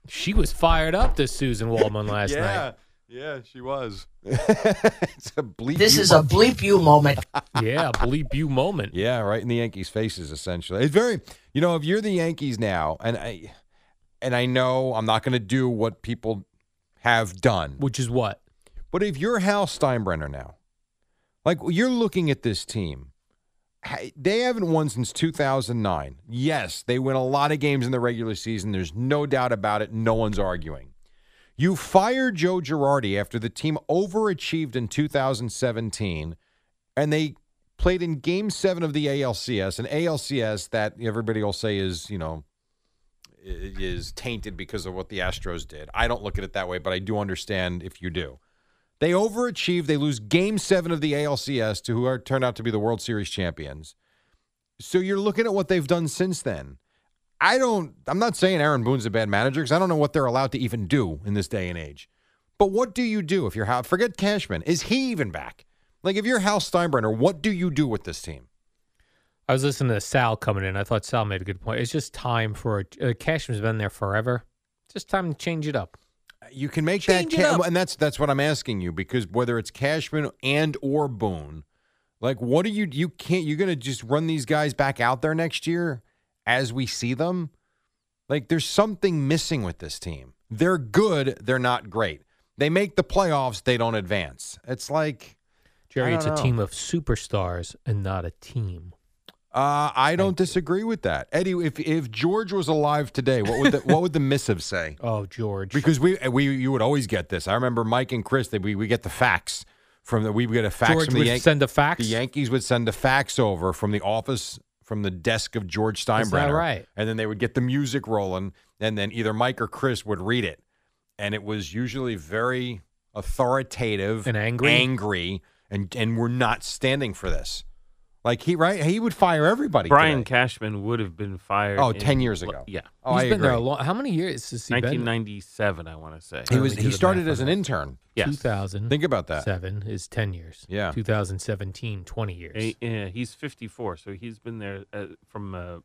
Speaker 2: She was fired up this Susan Waldman
Speaker 1: <laughs>
Speaker 2: last night.
Speaker 1: yeah, she was. <laughs> it's a bleep.
Speaker 4: This
Speaker 1: you
Speaker 4: is a bleep you moment.
Speaker 2: Yeah, bleep you moment.
Speaker 1: Yeah, right in the Yankees' faces, essentially. It's very, you know, if you're the Yankees now, and I, and I know I'm not going to do what people have done,
Speaker 2: Which is what?
Speaker 1: but if you're Hal Steinbrenner now, like you're looking at this team, ha- they haven't won since 2009. Yes, they win a lot of games in the regular season. There's no doubt about it. No one's arguing. You fire Joe Girardi after the team overachieved in 2017, and they played in Game Seven of the ALCS, an ALCS that everybody will say is, you know, i- is tainted because of what the Astros did. I don't look at it that way, but I do understand if you do. They overachieve. They lose game seven of the ALCS to who are turned out to be the World Series champions. So you're looking at what they've done since then. I don't, I'm not saying Aaron Boone's a bad manager because I don't know what they're allowed to even do in this day and age. But what do you do if you're Hal? Forget Cashman. Is he even back? Like, if you're Hal Steinbrenner, what do you do with this team?
Speaker 2: I was listening to Sal coming in. I thought Sal made a good point. It's just time for a, uh, Cashman's been there forever. It's just time to change it up.
Speaker 1: You can make
Speaker 2: Change it
Speaker 1: that, ca-
Speaker 2: up.
Speaker 1: and that's that's what I'm asking you because whether it's Cashman and or Boone, like what are you? You can't. You're gonna just run these guys back out there next year as we see them. Like there's something missing with this team. They're good. They're not great. They make the playoffs. They don't advance. It's like
Speaker 2: Jerry,
Speaker 1: I
Speaker 2: it's a
Speaker 1: don't know.
Speaker 2: team of superstars and not a team.
Speaker 1: uh, I don't disagree with that, Eddie. If if George was alive today, what would the, what would the missive say?
Speaker 2: Oh, George.
Speaker 1: Because we we you would always get this. I remember Mike and Chris that we we get the fax from the we would get a fax
Speaker 2: George
Speaker 1: from the
Speaker 2: would
Speaker 1: Yankees.
Speaker 2: send a fax?
Speaker 1: The Yankees would send a fax over from the office from the desk of George Steinbrenner.
Speaker 2: that right?
Speaker 1: And then they would get the music rolling, and then either Mike or Chris would read it, and it was usually very authoritative
Speaker 2: And angry?
Speaker 1: angry, and and we're not standing for this. Like he right, he would fire everybody.
Speaker 6: Brian
Speaker 1: today.
Speaker 6: Cashman would have been fired.
Speaker 1: Oh,
Speaker 6: in-
Speaker 1: 10 years ago.
Speaker 6: Yeah.
Speaker 1: Oh,
Speaker 2: He's
Speaker 1: I
Speaker 2: been there a
Speaker 1: agree.
Speaker 2: long. How many years has he been? there?
Speaker 6: 1997, I want to say.
Speaker 1: He
Speaker 2: Let
Speaker 1: was
Speaker 2: me do
Speaker 1: he
Speaker 2: the
Speaker 1: started
Speaker 2: math
Speaker 1: as
Speaker 2: on
Speaker 1: an
Speaker 2: that.
Speaker 1: intern.
Speaker 6: Yes.
Speaker 2: 2000.
Speaker 1: Think about that.
Speaker 2: Seven is 10 years.
Speaker 1: Yeah.
Speaker 2: 2017, 20 years.
Speaker 6: Eh, yeah, he's 54, so he's been there uh, from a,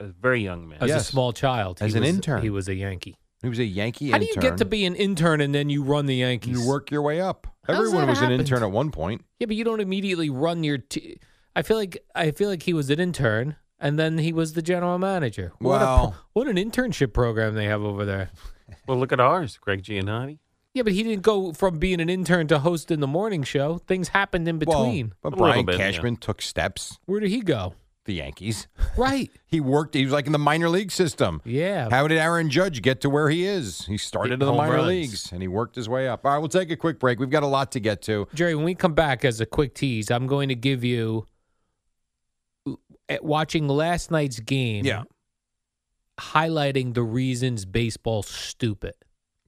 Speaker 6: a very young man.
Speaker 2: As
Speaker 1: Yeah.
Speaker 2: a
Speaker 1: Yes.
Speaker 2: small child. he
Speaker 1: As an
Speaker 2: was-
Speaker 1: intern.
Speaker 2: He was a Yankee.
Speaker 1: He was a Yankee
Speaker 2: How do
Speaker 1: intern.
Speaker 2: you get to be an intern and then you run the Yankees?
Speaker 1: You work your way up.
Speaker 2: How's
Speaker 1: Everyone
Speaker 2: that
Speaker 1: was an
Speaker 2: happened?
Speaker 1: intern at one point.
Speaker 2: Yeah, but you don't immediately run your. T- I feel like I feel like he was an intern and then he was the general manager. What, a pro-
Speaker 1: Well-
Speaker 2: what an internship program they have over there.
Speaker 6: Well, look at ours, Greg Giannotti.
Speaker 2: Yeah, but he didn't go from being an intern to hosting the morning show. Things happened in
Speaker 1: Well,
Speaker 2: between.
Speaker 1: but
Speaker 6: A little
Speaker 1: Brian
Speaker 6: bit, yeah.
Speaker 1: Cashman took steps.
Speaker 2: Where did he go?
Speaker 1: The Yankees.
Speaker 2: Right.
Speaker 1: He worked. He was like in the minor league system.
Speaker 2: Yeah.
Speaker 1: How did Aaron Judge get to where he is? He started in the
Speaker 2: Home
Speaker 1: minor
Speaker 2: runs.
Speaker 1: leagues and he worked his way up. All right, we'll take a quick break. We've got a lot to get to.
Speaker 2: Jerry, when we come back as a quick tease, I'm going to give you at watching last night's game, highlighting the reasons baseball's stupid.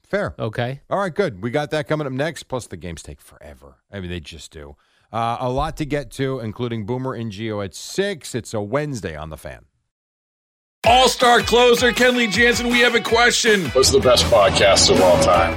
Speaker 1: fair.
Speaker 2: Okay?
Speaker 1: All right, good. We got that coming up next. Plus, the games take forever. I mean, they just do. Uh, a lot to get to, including Boomer and Geo at six. It's a Wednesday on the fan.
Speaker 5: All star closer Kenley Jansen, we have a question.
Speaker 7: What's the best podcast of all time?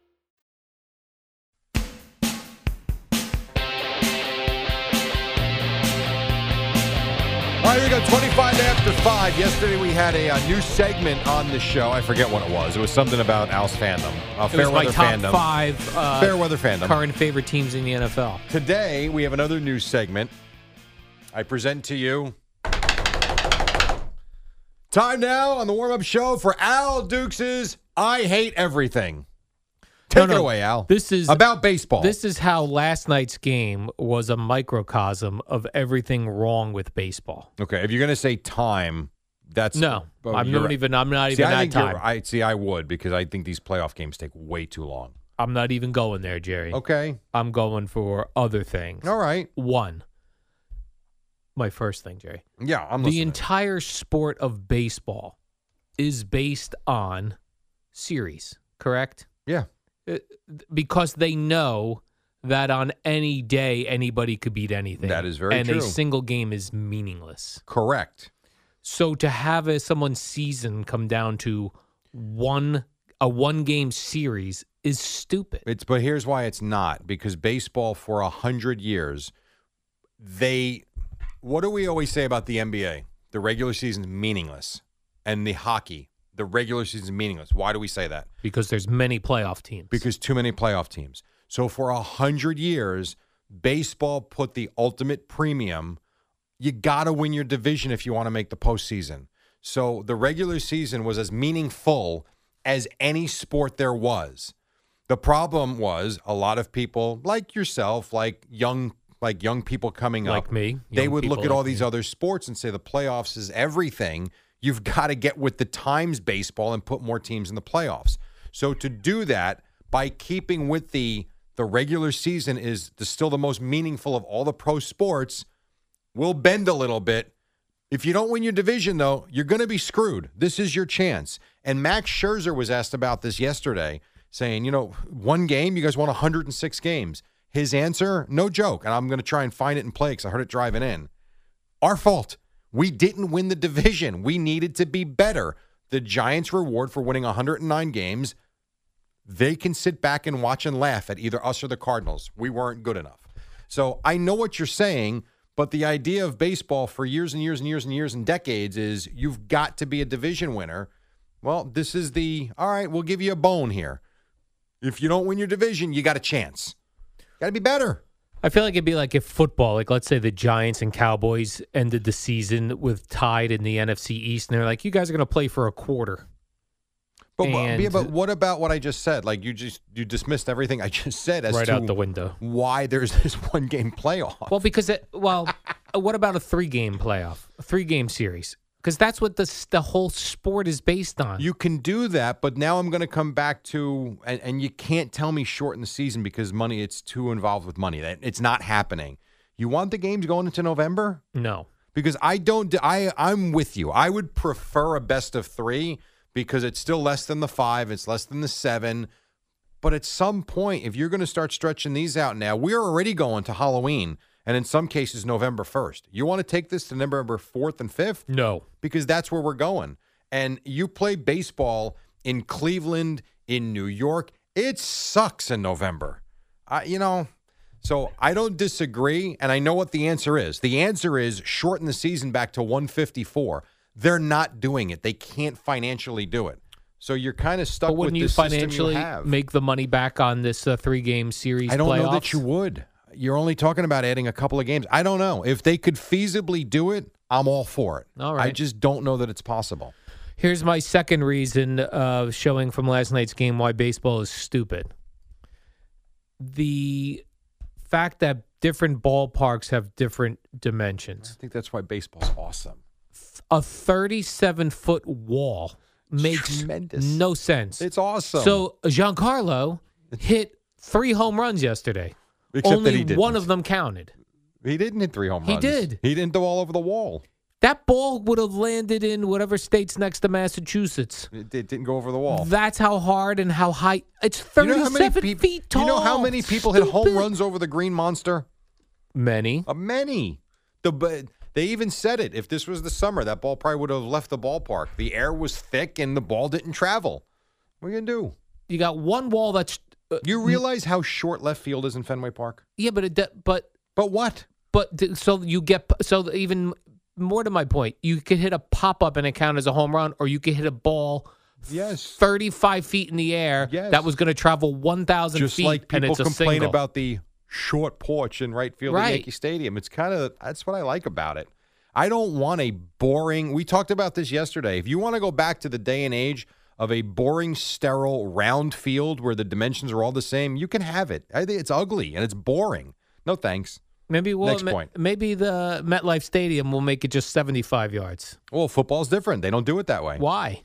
Speaker 1: All right, here we go. 25 after 5. Yesterday, we had a, uh new segment on the show. I forget what it was. It was something about Al's fandom. Uh,
Speaker 2: it was my
Speaker 1: Fairweather
Speaker 2: top
Speaker 1: fandom.
Speaker 2: five uh,
Speaker 1: Fairweather fandom.
Speaker 2: current favorite teams in the NFL.
Speaker 1: Today, we have another news segment. I present to you. Time now on the warm up show for Al Dukes's I Hate Everything. Take
Speaker 2: no.
Speaker 1: it away, Al.
Speaker 2: This is-
Speaker 1: about baseball.
Speaker 2: This is how last night's game was a microcosm of everything wrong with baseball.
Speaker 1: okay, if you're going to say time, that's.
Speaker 2: No,
Speaker 1: oh,
Speaker 2: I'm
Speaker 1: you're
Speaker 2: not
Speaker 1: right.
Speaker 2: even. I'm not
Speaker 1: See,
Speaker 2: even
Speaker 1: I
Speaker 2: that
Speaker 1: think you're-
Speaker 2: time.
Speaker 1: I see. I would because I think these playoff games take way too long.
Speaker 2: I'm not even going there, Jerry.
Speaker 1: Okay.
Speaker 2: I'm going for other things.
Speaker 1: All right.
Speaker 2: One, my first thing, Jerry.
Speaker 1: Yeah, I'm
Speaker 2: the
Speaker 1: listening.
Speaker 2: entire sport of baseball is based on series, correct?
Speaker 1: yeah.
Speaker 2: Uh, Because they know that on any day anybody could beat anything.
Speaker 1: That is very
Speaker 2: and
Speaker 1: true.
Speaker 2: a single game is meaningless.
Speaker 1: Correct.
Speaker 2: So to have a, someone's season come down to one a one game series is stupid.
Speaker 1: It's but here's why it's not because baseball for a hundred years, they what do we always say about the NBA? The regular season's meaningless, and the hockey, the regular season's meaningless. Why do we say that?
Speaker 2: because there's many playoff teams.
Speaker 1: Because too many playoff teams. So for a hundred years, baseball put the ultimate premium. You got to win your division if you want to make the postseason. So the regular season was as meaningful as any sport there was. The problem was a lot of people like yourself, like young, like young people coming
Speaker 2: Like
Speaker 1: up,
Speaker 2: me,
Speaker 1: They
Speaker 2: young
Speaker 1: would look
Speaker 2: people
Speaker 1: at all
Speaker 2: like
Speaker 1: these
Speaker 2: me.
Speaker 1: other sports and say the playoffs is everything. You've got to get with the times baseball and put more teams in the playoffs. So to do that by keeping with the the regular season is the, still the most meaningful of all the pro sports. We'll bend a little bit. If you don't win your division, though, you're going to be screwed. This is your chance. And Max Scherzer was asked about this yesterday, saying, you know, one game, you guys won 106 games. His answer, no joke, and I'm going to try and find it and play because I heard it driving in. Our fault. We didn't win the division. We needed to be better. The Giants' reward for winning 109 games, they can sit back and watch and laugh at either us or the Cardinals. We weren't good enough. So I know what you're saying, but the idea of baseball for years and years and years and years and decades is you've got to be a division winner. Well, this is the all right, we'll give you a bone here. If you don't win your division, you got a chance. Got to be better.
Speaker 2: I feel like it'd be like if football, like let's say the Giants and Cowboys ended the season with tied in the NFC East, and they're like, "You guys are going to play for a quarter."
Speaker 1: But, wha-
Speaker 2: And-
Speaker 1: yeah, but what about what I just said? Like you just you dismissed everything I just said as
Speaker 2: Right
Speaker 1: to
Speaker 2: out the window.
Speaker 1: why there's <laughs> this one game playoff.
Speaker 2: uh, Well, because it, well, what about a three-game playoff, a three-game series? because that's what the the whole sport is based on.
Speaker 1: You can do that, but now I'm going to come back to and, and you can't tell me shorten the season because money it's too involved with money. That it's not happening. You want the games going into November?
Speaker 2: No.
Speaker 1: Because I don't I I'm with you. I would prefer a best of 3 because it's still less than the 5, it's less than the 7. But at some point if you're going to start stretching these out now, we're already going to Halloween and in some cases November 1st. You want to take this to November 4th and 5th?
Speaker 2: No.
Speaker 1: Because that's where we're going. And you play baseball in Cleveland, in New York. It sucks in November. I, you know, so I don't disagree. And I know what the answer is. The answer is shorten the season back to 154. They're not doing it, they can't financially do it. So you're kind of stuck
Speaker 2: But
Speaker 1: with
Speaker 2: wouldn't
Speaker 1: the
Speaker 2: you
Speaker 1: system
Speaker 2: financially
Speaker 1: you have.
Speaker 2: make the money back on this uh, three game series?
Speaker 1: I don't know
Speaker 2: playoffs?
Speaker 1: that you would. You're only talking about adding a couple of games. I don't know. If they could feasibly do it, I'm all for it.
Speaker 2: All
Speaker 1: I
Speaker 2: right.
Speaker 1: just don't know that it's possible.
Speaker 2: Here's my second reason of showing from last night's game why baseball is stupid. The fact that different ballparks have different dimensions.
Speaker 1: I think that's why baseball's awesome.
Speaker 2: A 37 foot wall makes no sense.
Speaker 1: It's awesome.
Speaker 2: So Giancarlo hit three home runs yesterday.
Speaker 1: Except that
Speaker 2: Only
Speaker 1: he didn't.
Speaker 2: one of them counted.
Speaker 1: He didn't hit three home
Speaker 2: He
Speaker 1: runs.
Speaker 2: did.
Speaker 1: He didn't go all over the wall.
Speaker 2: That ball would have landed in whatever state's next to Massachusetts.
Speaker 1: It, it didn't go over the wall.
Speaker 2: That's how hard and how high. It's
Speaker 1: You know how
Speaker 2: 37
Speaker 1: many peop-
Speaker 2: feet tall.
Speaker 1: You know how many people hit home runs over the Green Monster?
Speaker 2: Many.
Speaker 1: Uh, many. The but they even said it. If this was the summer, that ball probably would have left the ballpark. The air was thick and the ball didn't travel. What are you gonna do?
Speaker 2: You got one wall that's. Uh,
Speaker 1: You realize how short left field is in Fenway Park?
Speaker 2: Yeah, but it, de- but
Speaker 1: But what?
Speaker 2: but th- so you get p- so even more to my point, you could hit a pop up and it count as a home run, or you could hit a ball.
Speaker 1: Yes.
Speaker 2: 35 feet in the air
Speaker 1: Yes.
Speaker 2: that was going to travel 1,000 feet.
Speaker 1: Just like
Speaker 2: and
Speaker 1: people
Speaker 2: it's a
Speaker 1: complain
Speaker 2: single.
Speaker 1: about the short porch in right field
Speaker 2: Right.
Speaker 1: at Yankee Stadium. It's kind of that's what I like about it. I don't want a boring. We talked about this yesterday. If you want to go back to the day and age of a boring, sterile round field where the dimensions are all the same, you can have it. I think it's ugly and it's boring. No thanks.
Speaker 2: Maybe we'll,
Speaker 1: Next
Speaker 2: ma-
Speaker 1: point.
Speaker 2: maybe the MetLife Stadium will make it just 75 yards.
Speaker 1: Well, football's different. They don't do it that way.
Speaker 2: Why?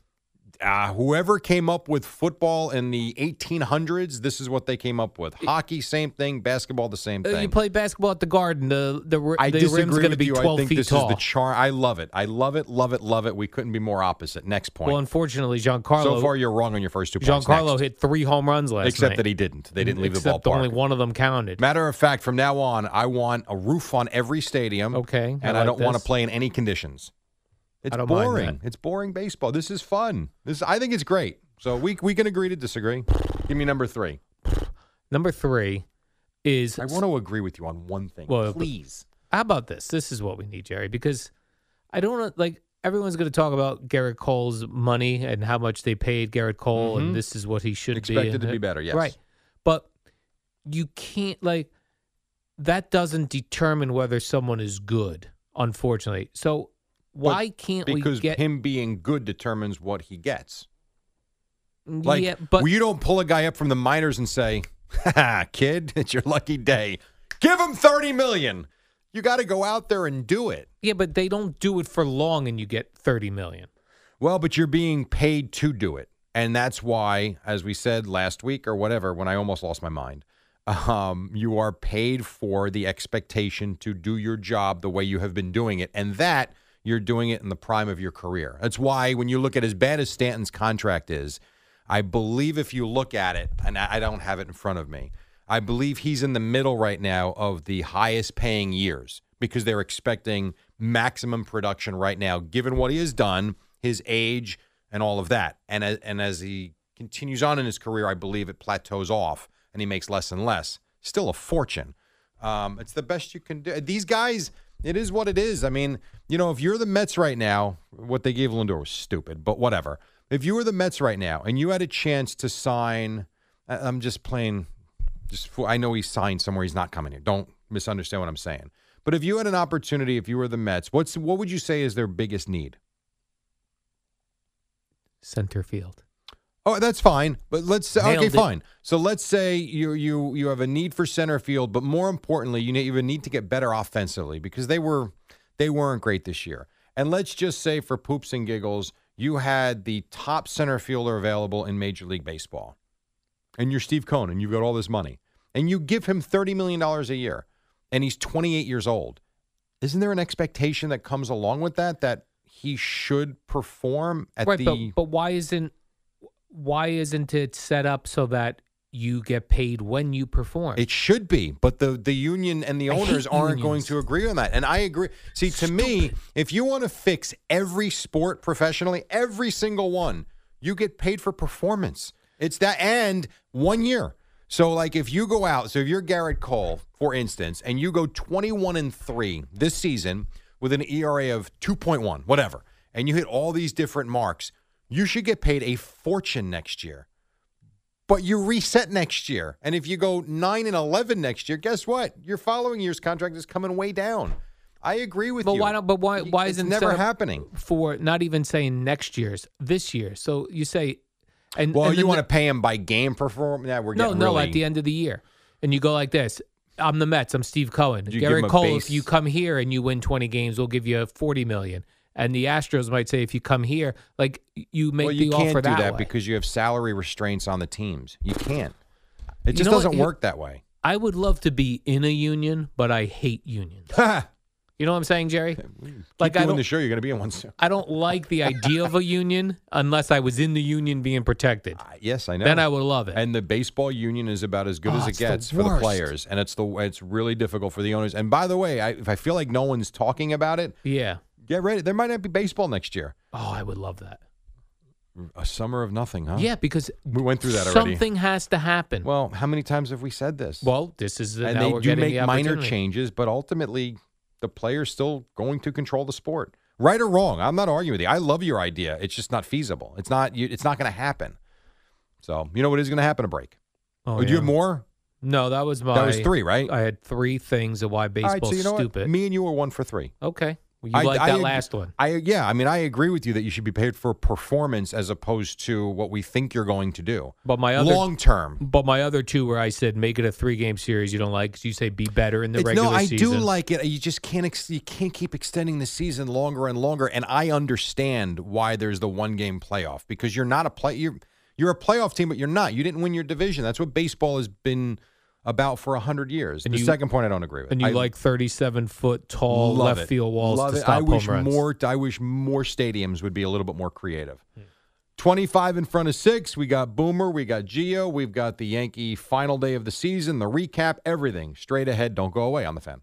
Speaker 1: uh, whoever came up with football in the 1800s, this is what they came up with. Hockey, same thing. Basketball, the same
Speaker 2: Uh,
Speaker 1: thing.
Speaker 2: You play basketball at the Garden. The the, ri-
Speaker 1: I
Speaker 2: the
Speaker 1: disagree
Speaker 2: rim's going to
Speaker 1: with
Speaker 2: be
Speaker 1: you.
Speaker 2: 12
Speaker 1: I think
Speaker 2: feet
Speaker 1: this
Speaker 2: tall.
Speaker 1: is the charm. I love it. I love it. Love it. Love it. We couldn't be more opposite. Next point.
Speaker 2: well, unfortunately, Giancarlo
Speaker 1: so far, you're wrong on your first two points.
Speaker 2: Giancarlo
Speaker 1: Next.
Speaker 2: hit three home runs last
Speaker 1: except
Speaker 2: night.
Speaker 1: that he didn't. They didn't leave
Speaker 2: Except
Speaker 1: the ballpark.
Speaker 2: only one of them counted.
Speaker 1: Matter of fact, from now on, I want a roof on every stadium.
Speaker 2: Okay, I
Speaker 1: and I,
Speaker 2: like
Speaker 1: don't want to
Speaker 2: this.
Speaker 1: play in any conditions. It's
Speaker 2: I don't mind
Speaker 1: boring.
Speaker 2: that.
Speaker 1: It's boring baseball. This is fun. This I think it's great. So we we can agree to disagree. Give me number three.
Speaker 2: Number three is
Speaker 1: I want to agree with you on one thing,
Speaker 2: Well, but-
Speaker 1: please.
Speaker 2: how about this? This is what we need, Jerry, because I don't want- like everyone's going to talk about Garrett Cole's money and how much they paid Garrett Cole,
Speaker 1: Mhm.
Speaker 2: and this is what he should be
Speaker 1: Expected
Speaker 2: and-
Speaker 1: to be better, yes.
Speaker 2: right. But you can't like that doesn't determine whether someone is good. Unfortunately, so why can't we
Speaker 1: because
Speaker 2: get
Speaker 1: him being good determines what he gets. Like,
Speaker 2: Like, Mm, yeah, but
Speaker 1: you don't pull a guy up from the minors and say, "Ha, ha, "Kid, <laughs> it's your lucky day. Give him thirty million. You got to go out there and do it."
Speaker 2: yeah, but they don't do it for long, and you get thirty million.
Speaker 1: Well, but you're being paid to do it. And that's why, as we said last week or whatever, when I almost lost my mind, um, you are paid for the expectation to do your job the way you have been doing it. And that you're doing it in the prime of your career. That's why, when you look at as bad as Stanton's contract is, I believe if you look at it, and I I don't have it in front of me, I believe he's in the middle right now of the highest paying years because they're expecting maximum production right now, given what he has done, his age, and all of that. And as, and as he continues on in his career, I believe it plateaus off and he makes less and less. Still a fortune. Um, it's the best you can do. These guys, it is what it is. I mean, you know, if you're the Mets right now, what they gave Lindor was stupid, but whatever. If you were the Mets right now and you had a chance to sign, I- I'm just playing, just fo- I know he signed somewhere. He's not coming here. Don't misunderstand what I'm saying. But if you had an opportunity, if you were the Mets, what's what would you say is their biggest need?
Speaker 2: Center field.
Speaker 1: Oh, that's fine. But let's say,
Speaker 2: Nailed
Speaker 1: okay,
Speaker 2: it.
Speaker 1: fine. So let's say you you you have a need for center field, but more importantly, you need, you need to get better offensively because they were they weren't great this year. And let's just say for poops and giggles, you had the top center fielder available in Major League Baseball. And you're Steve Cohen and you've got all this money. And you give him $30 million a year and he's 28 years old. Isn't there an expectation that comes along with that that he should perform at
Speaker 2: right,
Speaker 1: the
Speaker 2: but, but why isn't why isn't it set up so that you get paid when you perform?
Speaker 1: It should be, but the the union and the
Speaker 2: I hate
Speaker 1: owners aren't going
Speaker 2: unions.
Speaker 1: to agree on that. And I agree. See, to me, if you want to fix every sport professionally, every single one, you get paid for performance. It's that and one year. So like if you go out, so if you're Garrett Cole, for instance, and you go 21 and 3 this season with an ERA of 2.1, whatever, and you hit all these different marks, you should get paid a fortune next year but you reset next year. And if you go 9 and 11 next year, guess what? Your following year's contract is coming way down. I agree with
Speaker 2: but
Speaker 1: you.
Speaker 2: why don't? But why? Why
Speaker 1: It's
Speaker 2: isn't it
Speaker 1: never
Speaker 2: set up
Speaker 1: happening?
Speaker 2: for not even saying next year's this year? So you say, and
Speaker 1: Well,
Speaker 2: and
Speaker 1: you
Speaker 2: then
Speaker 1: want
Speaker 2: the-
Speaker 1: to pay him by game performance? Yeah, we're
Speaker 2: no,
Speaker 1: getting
Speaker 2: no,
Speaker 1: really,
Speaker 2: at the end of the year, and you go like this. I'm the Mets. I'm Steve Cohen.
Speaker 1: You give him
Speaker 2: Garrett
Speaker 1: a
Speaker 2: Cole.
Speaker 1: base-
Speaker 2: If you come here and you win 20 games, we'll give you 40 million. And the Astros might say, if you come here, like you make
Speaker 1: well, you
Speaker 2: the
Speaker 1: can't
Speaker 2: offer
Speaker 1: do
Speaker 2: that,
Speaker 1: that
Speaker 2: way.
Speaker 1: because you have salary restraints on the teams. You can't.
Speaker 2: You
Speaker 1: It just
Speaker 2: know what?
Speaker 1: doesn't
Speaker 2: You-
Speaker 1: work that way. <laughs>
Speaker 2: I would love to be in a union, but I hate unions. you know what I'm saying, Jerry?
Speaker 1: Like
Speaker 2: Like I
Speaker 1: doing
Speaker 2: don't,
Speaker 1: the show, you're going to be in one soon.
Speaker 2: I don't like the idea
Speaker 1: <laughs>
Speaker 2: of a union unless I was in the union being protected.
Speaker 1: Yes, I know.
Speaker 2: Then I would love it.
Speaker 1: And the baseball union is about as good
Speaker 2: Oh,
Speaker 1: as it
Speaker 2: it's the
Speaker 1: gets for the
Speaker 2: worst.
Speaker 1: players, and it's the it's really difficult for the owners. And by the way, I, if I feel like no one's talking about it,
Speaker 2: Yeah.
Speaker 1: get ready. There might not be baseball next year.
Speaker 2: Oh, I would love that.
Speaker 1: A summer of nothing, huh?
Speaker 2: Yeah, because
Speaker 1: We went through that already.
Speaker 2: something has to happen. Well,
Speaker 1: Well, how many times have we said this?
Speaker 2: this is the,
Speaker 1: and
Speaker 2: now
Speaker 1: they
Speaker 2: we're
Speaker 1: do
Speaker 2: getting
Speaker 1: make
Speaker 2: the
Speaker 1: minor
Speaker 2: opportunity.
Speaker 1: changes, but ultimately, the player's still going to control the sport. Right or wrong, I'm not arguing with you. I love your idea. It's just not feasible. It's not. You, it's not going to happen. So you know what is going to happen? A break.
Speaker 2: Oh,
Speaker 1: do you
Speaker 2: yeah.
Speaker 1: have more?
Speaker 2: No, that was my.
Speaker 1: That was three, right?
Speaker 2: I had three things of why
Speaker 1: All right, so
Speaker 2: baseball's
Speaker 1: you know what?
Speaker 2: stupid.
Speaker 1: Me and you are one for three.
Speaker 2: okay. Well, you
Speaker 1: I-
Speaker 2: like
Speaker 1: I
Speaker 2: that
Speaker 1: ag-
Speaker 2: last one.
Speaker 1: I yeah, I mean, I agree with you that you should be paid for performance as opposed to what we think you're going to do.
Speaker 2: But my other
Speaker 1: long term,
Speaker 2: But my other two, where I said make it a three game series, you don't like 'cause you say be better in the
Speaker 1: It's-
Speaker 2: regular
Speaker 1: no, I
Speaker 2: season.
Speaker 1: do like it. You just can't ex- you can't keep extending the season longer and longer. And I understand why there's the one game playoff because you're not a play you're you're a playoff team, but you're not. You didn't win your division. That's what baseball has been about for hundred years.
Speaker 2: And
Speaker 1: the
Speaker 2: you-
Speaker 1: second point I don't agree with.
Speaker 2: and you
Speaker 1: I
Speaker 2: like 37 foot tall
Speaker 1: love
Speaker 2: left
Speaker 1: it.
Speaker 2: field walls
Speaker 1: Love
Speaker 2: to
Speaker 1: it.
Speaker 2: stop
Speaker 1: I wish
Speaker 2: home runs.
Speaker 1: more. I wish more stadiums would be a little bit more creative.
Speaker 2: Hmm.
Speaker 1: Twenty-five in front of six. We got Boomer. We got Geo. We've got the Yankee final day of the season. The recap. Everything straight ahead. Don't go away on the fan.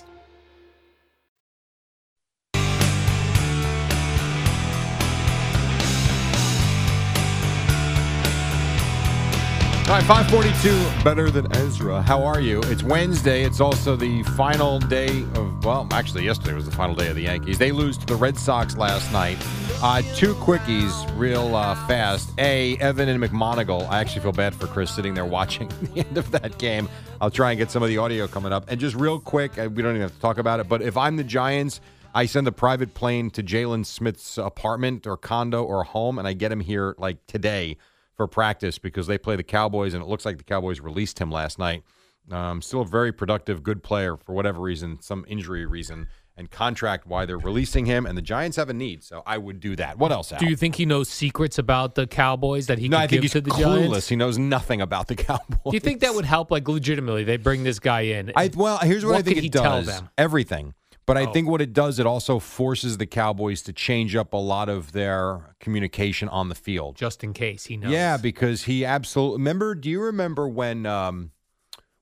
Speaker 1: All right, 542, better than Ezra. How are you? It's Wednesday. It's also the final day of, well, actually, yesterday was the final day of the Yankees. They lose to the Red Sox last night. Uh, two quickies, real uh, fast. A, Evan and McMonagle. I actually feel bad for Chris sitting there watching <laughs> the end of that game. I'll try and get some of the audio coming up. And just real quick, uh, we don't even have to talk about it, but if I'm the Giants, I send a private plane to Jalen Smith's apartment or condo or home, and I get him here like today for practice because they play the Cowboys, and it looks like the Cowboys released him last night. Um, still a very productive, good player for whatever reason, some injury reason, and contract why they're releasing him. And the Giants have a need, so I would do that. What else? Al?
Speaker 2: Do you think he knows secrets about the Cowboys that he
Speaker 1: no,
Speaker 2: could
Speaker 1: I think
Speaker 2: give
Speaker 1: he's
Speaker 2: to the
Speaker 1: clueless.
Speaker 2: Giants?
Speaker 1: He knows nothing about the <laughs> Cowboys.
Speaker 2: Do you think that would help? Like legitimately, they bring this guy in.
Speaker 1: I well, here's what, I think
Speaker 2: could
Speaker 1: it
Speaker 2: he
Speaker 1: does.
Speaker 2: Tell them?
Speaker 1: Everything. But I
Speaker 2: Oh.
Speaker 1: think what it does, it also forces the Cowboys to change up a lot of their communication on the field.
Speaker 2: just in case he knows.
Speaker 1: Yeah, because he absolutely remember. Do you remember when um,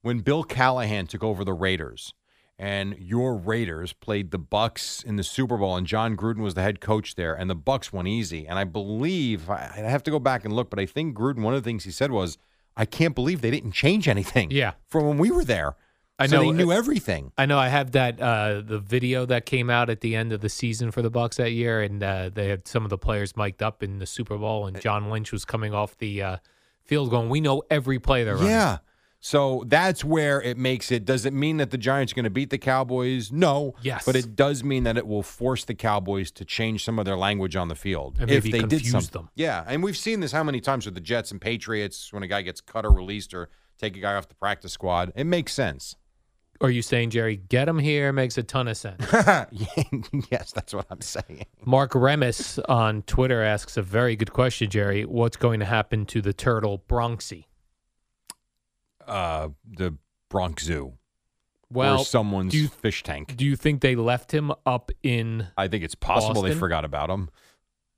Speaker 1: when Bill Callahan took over the Raiders, and your Raiders played the Bucks in the Super Bowl, and John Gruden was the head coach there, and the Bucks won easy. And I believe I I have to go back and look, but I think Gruden. One of the things he said was, "I can't believe they didn't change anything."
Speaker 2: Yeah.
Speaker 1: from when we were there.
Speaker 2: I
Speaker 1: So
Speaker 2: know uh,
Speaker 1: they knew
Speaker 2: it-
Speaker 1: everything.
Speaker 2: I know. I have that uh, the video that came out at the end of the season for the Bucks that year, and uh, they had some of the players mic'd up in the Super Bowl,
Speaker 1: Eh.
Speaker 2: and John Lynch was coming off the uh, field going, "We know every play they're running."
Speaker 1: Yeah. So that's where it makes it. Does it mean that the Giants are going to beat the Cowboys? No.
Speaker 2: Yes.
Speaker 1: But it does mean that it will force the Cowboys to change some of their language on the field
Speaker 2: And
Speaker 1: if
Speaker 2: maybe
Speaker 1: they did
Speaker 2: confuse
Speaker 1: something.
Speaker 2: them.
Speaker 1: Yeah, and we've seen this how many times with the Jets and Patriots when a guy gets cut or released or take a guy off the practice squad. It makes sense.
Speaker 2: Are you saying Jerry get him here makes a ton of sense?
Speaker 1: <laughs> yes, that's what I'm saying.
Speaker 2: Mark Remus on Twitter asks a very good question, Jerry. What's going to happen to the turtle Bronxy?
Speaker 1: Uh, the Bronx Zoo
Speaker 2: Well,
Speaker 1: or someone's
Speaker 2: do you-
Speaker 1: fish tank.
Speaker 2: Do you think they left him up in?
Speaker 1: I think it's possible they
Speaker 2: Boston?
Speaker 1: forgot about him.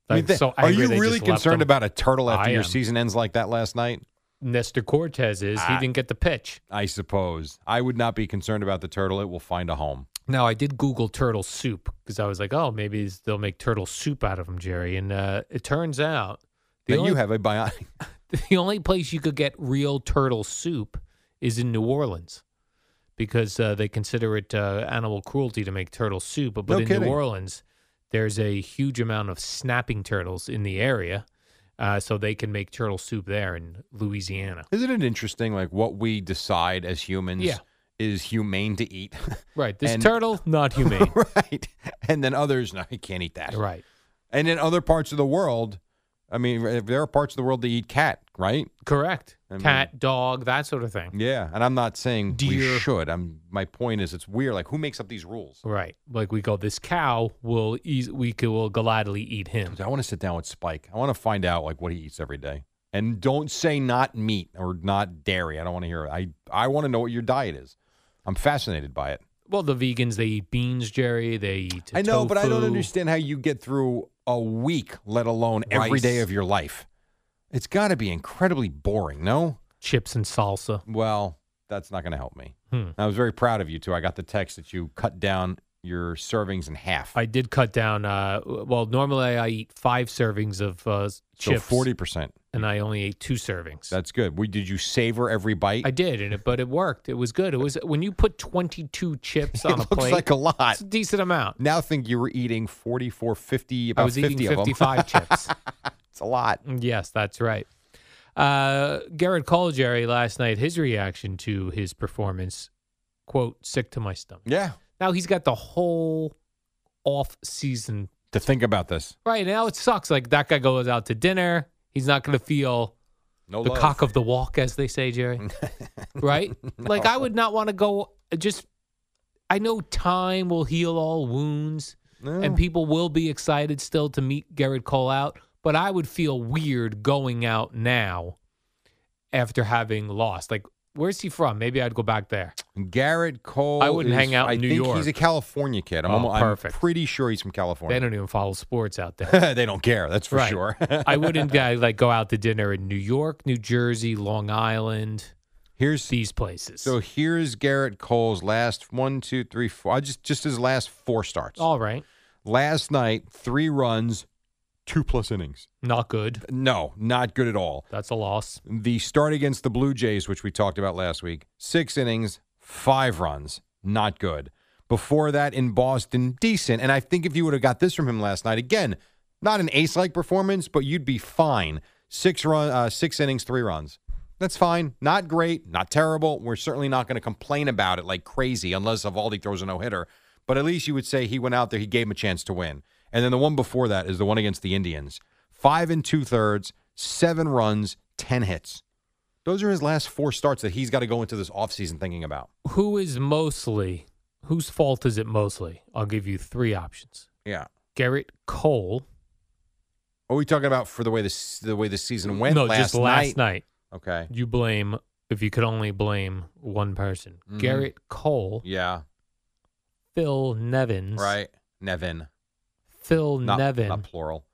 Speaker 2: Like, so
Speaker 1: are
Speaker 2: angry
Speaker 1: you
Speaker 2: they
Speaker 1: really
Speaker 2: just left
Speaker 1: concerned
Speaker 2: him?
Speaker 1: about a turtle after
Speaker 2: I
Speaker 1: your
Speaker 2: am.
Speaker 1: season ends like that last night?
Speaker 2: Nestor Cortez is
Speaker 1: Ah.
Speaker 2: he didn't get the pitch.
Speaker 1: I suppose. I would not be concerned about the turtle. It will find a home.
Speaker 2: Now I did Google turtle soup because I was like, oh, maybe they'll make turtle soup out of them, Jerry. And uh, it turns out the
Speaker 1: That
Speaker 2: only,
Speaker 1: you have a bionic.
Speaker 2: the only place you could get real turtle soup is in New Orleans because uh, they consider it uh, animal cruelty to make turtle soup. But
Speaker 1: No
Speaker 2: in
Speaker 1: kidding.
Speaker 2: New Orleans, there's a huge amount of snapping turtles in the area, uh, so they can make turtle soup there in Louisiana.
Speaker 1: <laughs> Isn't it interesting? Like what we decide as humans
Speaker 2: Yeah.
Speaker 1: is humane to eat, <laughs>
Speaker 2: Right, this
Speaker 1: And-
Speaker 2: turtle not <laughs> humane.
Speaker 1: <laughs> right? And then others, no, you can't eat that,
Speaker 2: right.
Speaker 1: And in other parts of the world, I mean, if there are parts of the world that eat cat, right?
Speaker 2: Correct.
Speaker 1: I mean-
Speaker 2: Cat, dog, that sort of thing.
Speaker 1: Yeah, and I'm not saying we
Speaker 2: Deer.
Speaker 1: should. I'm. My point is, it's weird. Like, who makes up these rules?
Speaker 2: Right. Like we go, this cow will eas- we could, will gladly eat him.
Speaker 1: I want to sit down with Spike. I want to find out like what he eats every day. And don't say not meat or not dairy. I don't want to hear it. I I want to know what your diet is. I'm fascinated by it.
Speaker 2: Well, the vegans they eat beans, Jerry. They eat.
Speaker 1: I know, but I don't
Speaker 2: tofu.
Speaker 1: understand how you get through a week, let alone every
Speaker 2: Rice.
Speaker 1: day of your life. It's got to be incredibly boring, no?
Speaker 2: Chips and salsa.
Speaker 1: Well, that's not going to help me.
Speaker 2: Hmm.
Speaker 1: I was very proud of you too. I got the text that you cut down your servings in half.
Speaker 2: I did cut down. Uh, well, normally I eat five servings of uh,
Speaker 1: so
Speaker 2: chips,
Speaker 1: forty percent.
Speaker 2: and I only ate two servings.
Speaker 1: That's good. We, did you savor every bite? <laughs>
Speaker 2: I did, and it, but it worked. It was good. It was when you put twenty-two chips
Speaker 1: <laughs> it
Speaker 2: on a
Speaker 1: looks
Speaker 2: plate.
Speaker 1: like a lot.
Speaker 2: it's a decent amount.
Speaker 1: now think you were eating 44, 50, about
Speaker 2: I was
Speaker 1: 50
Speaker 2: eating
Speaker 1: of them. <laughs>
Speaker 2: fifty-five chips.
Speaker 1: it's a lot.
Speaker 2: Yes, that's right. Uh, Garrett called Jerry last night. His reaction to his performance, quote, sick to my stomach.
Speaker 1: Yeah.
Speaker 2: Now he's got the whole off season.
Speaker 1: To think about this.
Speaker 2: Right now, it sucks. Like that guy goes out to dinner. He's not going to feel
Speaker 1: No
Speaker 2: the
Speaker 1: love.
Speaker 2: cock of the walk, as they say, Jerry. right? Like I would not want to go. uh, Just I know time will heal all wounds,
Speaker 1: Yeah.
Speaker 2: and people will be excited still to meet Garrett Cole out. But I would feel weird going out now after having lost. Like, where's he from? Maybe I'd go back there.
Speaker 1: Garrett Cole.
Speaker 2: I wouldn't
Speaker 1: is-
Speaker 2: hang out in
Speaker 1: I
Speaker 2: New
Speaker 1: think
Speaker 2: York.
Speaker 1: He's a California kid. I'm,
Speaker 2: Oh,
Speaker 1: almo- I'm
Speaker 2: perfect.
Speaker 1: pretty sure he's from
Speaker 2: They
Speaker 1: California.
Speaker 2: don't even follow sports out there.
Speaker 1: <laughs> They don't, care. That's for
Speaker 2: Right.
Speaker 1: sure. <laughs>
Speaker 2: I wouldn't uh, like go out to dinner in New York, New Jersey, Long Island,
Speaker 1: Here's
Speaker 2: these places.
Speaker 1: so here's Garrett Cole's last one, two, three, four. I just just his last four starts.
Speaker 2: All right,
Speaker 1: Last night, three runs, two plus innings.
Speaker 2: not good.
Speaker 1: No, not good at all.
Speaker 2: That's a loss.
Speaker 1: The start against the Blue Jays, which we talked about last week, six innings, five runs, not good. Before that in Boston, decent. And I think if you would have got this from him last night, again, not an ace-like performance, but you'd be fine. Six run, uh, six innings, three runs. That's fine. Not great, not terrible. We're certainly not going to complain about it like crazy, unless Evaldi throws a no-hitter. But at least you would say he went out there, he gave him a chance to win. And then the one before that is the one against the Indians five and two thirds, seven runs, 10 hits. Those are his last four starts that he's got to go into this offseason thinking about.
Speaker 2: Who is mostly whose fault is it mostly? I'll give you three options.
Speaker 1: Yeah.
Speaker 2: Garrett Cole.
Speaker 1: Are we talking about for the way this the way the season went?
Speaker 2: no,
Speaker 1: last
Speaker 2: just last night.
Speaker 1: Okay.
Speaker 2: You blame if you could only blame one person.
Speaker 1: Mhm.
Speaker 2: Garrett Cole,
Speaker 1: Yeah.
Speaker 2: Phil Nevins,
Speaker 1: Right. Nevin.
Speaker 2: Phil
Speaker 1: Not,
Speaker 2: Nevin,
Speaker 1: Not plural.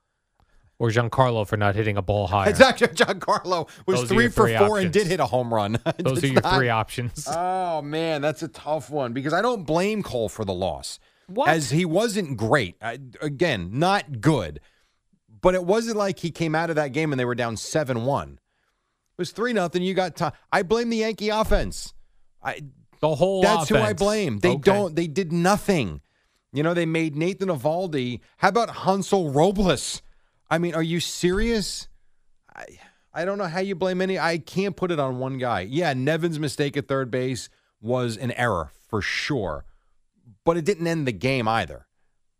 Speaker 2: or Giancarlo for not hitting a
Speaker 1: <laughs>
Speaker 2: ball higher.
Speaker 1: It's actually John Carlo was
Speaker 2: Those are
Speaker 1: three
Speaker 2: your
Speaker 1: for
Speaker 2: three
Speaker 1: four and did
Speaker 2: options.
Speaker 1: hit a home run. <laughs>
Speaker 2: Those
Speaker 1: It's
Speaker 2: are your
Speaker 1: not-
Speaker 2: three options.
Speaker 1: Oh man, that's a tough one because I don't blame Cole for the loss.
Speaker 2: What?
Speaker 1: As he wasn't great. I, again, not good. But it wasn't like he came out of that game and they were down 7-1. It was 3 nothing. You got time. I blame the Yankee offense. I
Speaker 2: The whole
Speaker 1: That's who I
Speaker 2: offense.
Speaker 1: blame. They
Speaker 2: Okay.
Speaker 1: don't. They did nothing. You know, they made Nathan Avaldi. How about Hansel Robles? I mean, are you serious? I I don't know how you blame any. I can't put it on one guy. Yeah, Nevin's mistake at third base was an error for sure, but it didn't end the game either.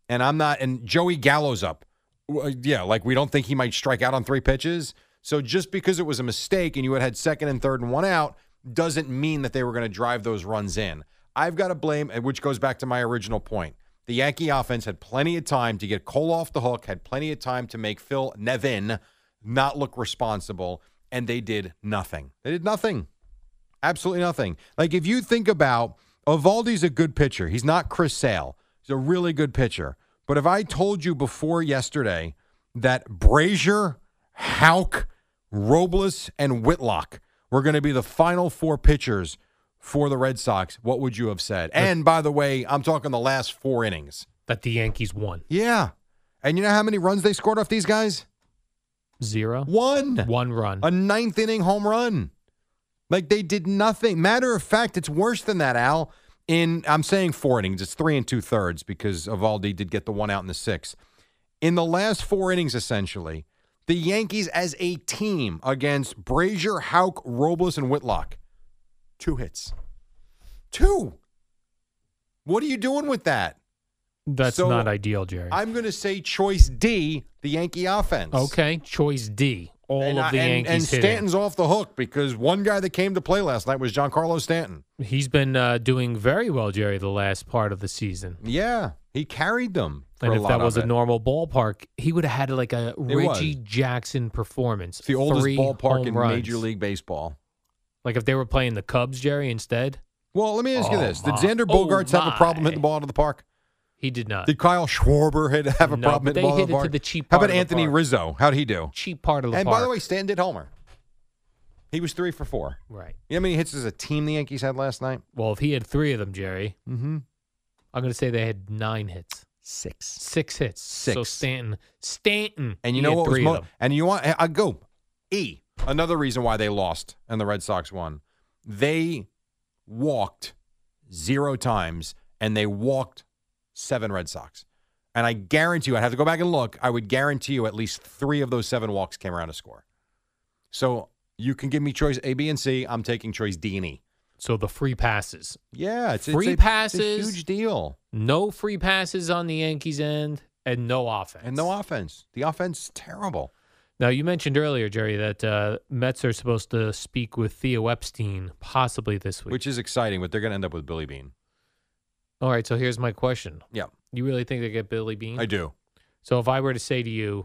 Speaker 1: And I'm not. And Joey Gallo's up. Well, Yeah, like we don't think he might strike out on three pitches. So just because it was a mistake and you had had second and third and one out doesn't mean that they were going to drive those runs in. I've got to blame, and which goes back to my original point. The Yankee offense had plenty of time to get Cole off the hook, had plenty of time to make Phil Nevin not look responsible, and they did nothing. They did nothing. Absolutely nothing. Like if you think about Ovaldi's a good pitcher. He's not Chris Sale. He's a really good pitcher. But if I told you before yesterday that Brazier, Hauk, Robles, and Whitlock were going to be the final four pitchers for the Red Sox, what would you have said? And by the way, I'm talking the last four innings.
Speaker 2: That the Yankees won.
Speaker 1: Yeah. And you know how many runs they scored off these guys?
Speaker 2: Zero.
Speaker 1: One.
Speaker 2: One run.
Speaker 1: A ninth inning home run. Like they did nothing. Matter of fact, it's worse than that, Al. In I'm saying four innings, it's three and two thirds because Avaldi did get the one out in the sixth. In the last four innings, essentially, the Yankees as a team against Brazier, Hauk, Robles, and Whitlock, two hits. Two. What are you doing with that?
Speaker 2: That's
Speaker 1: So,
Speaker 2: not ideal, Jerry.
Speaker 1: I'm going to say choice D, the Yankee offense.
Speaker 2: okay. Choice D. All
Speaker 1: And,
Speaker 2: of the
Speaker 1: I- and-
Speaker 2: Yankees
Speaker 1: and
Speaker 2: hitting.
Speaker 1: Stanton's off the hook because one guy that came to play last night was Giancarlo Stanton.
Speaker 2: He's been uh, doing very well, Jerry, the last part of the season.
Speaker 1: Yeah, he carried them. for
Speaker 2: And
Speaker 1: a
Speaker 2: if
Speaker 1: lot
Speaker 2: that
Speaker 1: of
Speaker 2: was a
Speaker 1: it.
Speaker 2: normal ballpark, he would have had like a
Speaker 1: It was.
Speaker 2: Reggie Jackson performance.
Speaker 1: It's the oldest
Speaker 2: Three
Speaker 1: ballpark
Speaker 2: home
Speaker 1: in
Speaker 2: runs.
Speaker 1: Major League Baseball.
Speaker 2: Like if they were playing the Cubs, Jerry, instead.
Speaker 1: Well, let me ask you
Speaker 2: Oh,
Speaker 1: this: Did
Speaker 2: my.
Speaker 1: Xander
Speaker 2: Oh,
Speaker 1: Bogarts have a problem hitting the ball out of the park?
Speaker 2: He did not.
Speaker 1: Did Kyle Schwarber hit, have a
Speaker 2: No,
Speaker 1: problem
Speaker 2: but
Speaker 1: hitting
Speaker 2: they
Speaker 1: the ball out
Speaker 2: hit
Speaker 1: of the
Speaker 2: it to
Speaker 1: park?
Speaker 2: the cheap
Speaker 1: How
Speaker 2: part
Speaker 1: about
Speaker 2: of the
Speaker 1: Anthony
Speaker 2: park.
Speaker 1: Rizzo? How'd he do?
Speaker 2: Cheap part of the
Speaker 1: and by the
Speaker 2: park.
Speaker 1: way, Stanton did homer. He was three for four.
Speaker 2: Right.
Speaker 1: You know how many hits as a team the Yankees had last night?
Speaker 2: Well, if he had three of them, Jerry,
Speaker 1: Mm-hmm.
Speaker 2: I'm going to say they had nine hits,
Speaker 1: Six.
Speaker 2: six hits. So
Speaker 1: Six.
Speaker 2: Stanton, Stanton,
Speaker 1: And you
Speaker 2: he
Speaker 1: know
Speaker 2: had
Speaker 1: what was
Speaker 2: three of
Speaker 1: mo-
Speaker 2: them.
Speaker 1: and you want I go E. Another reason why they lost and the Red Sox won. They walked zero times and they walked seven Red Sox. And I guarantee you, I'd have to go back and look. I would guarantee you at least three of those seven walks came around to score. So you can give me choice A, B, and C. I'm taking choice D and E.
Speaker 2: So the free passes,
Speaker 1: Yeah, it's
Speaker 2: Free
Speaker 1: it's a, It's
Speaker 2: passes.
Speaker 1: a huge deal.
Speaker 2: no free passes on the Yankees end, and no offense.
Speaker 1: And no offense. The offense is terrible.
Speaker 2: Now, you mentioned earlier, Jerry, that uh, Mets are supposed to speak with Theo Epstein possibly this week.
Speaker 1: Which is exciting, but they're gonna end up with Billy Bean.
Speaker 2: All right, so here's my question.
Speaker 1: Yeah.
Speaker 2: You really think they get Billy Bean?
Speaker 1: I do.
Speaker 2: So if I were to say to you,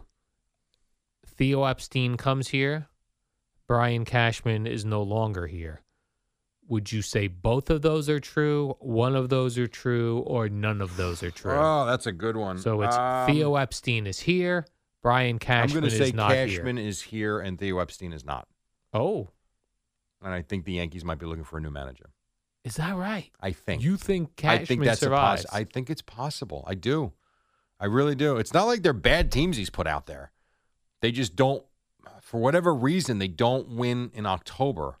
Speaker 2: Theo Epstein comes here, Brian Cashman is no longer here, would you say both of those are true, one of those are true, or none of those are true?
Speaker 1: Oh, that's a good one.
Speaker 2: so it's
Speaker 1: Um,
Speaker 2: Theo Epstein is here, Brian Cashman
Speaker 1: I'm going to say
Speaker 2: is not
Speaker 1: Cashman
Speaker 2: here.
Speaker 1: is here and Theo Epstein is not.
Speaker 2: Oh,
Speaker 1: And I think the Yankees might be looking for a new manager.
Speaker 2: is that right?
Speaker 1: I think.
Speaker 2: You think Cashman
Speaker 1: I think that's a
Speaker 2: survives?
Speaker 1: poss- I think it's possible. I do. I really do. It's not like they're bad teams he's put out there. They just don't for whatever reason they don't win in October.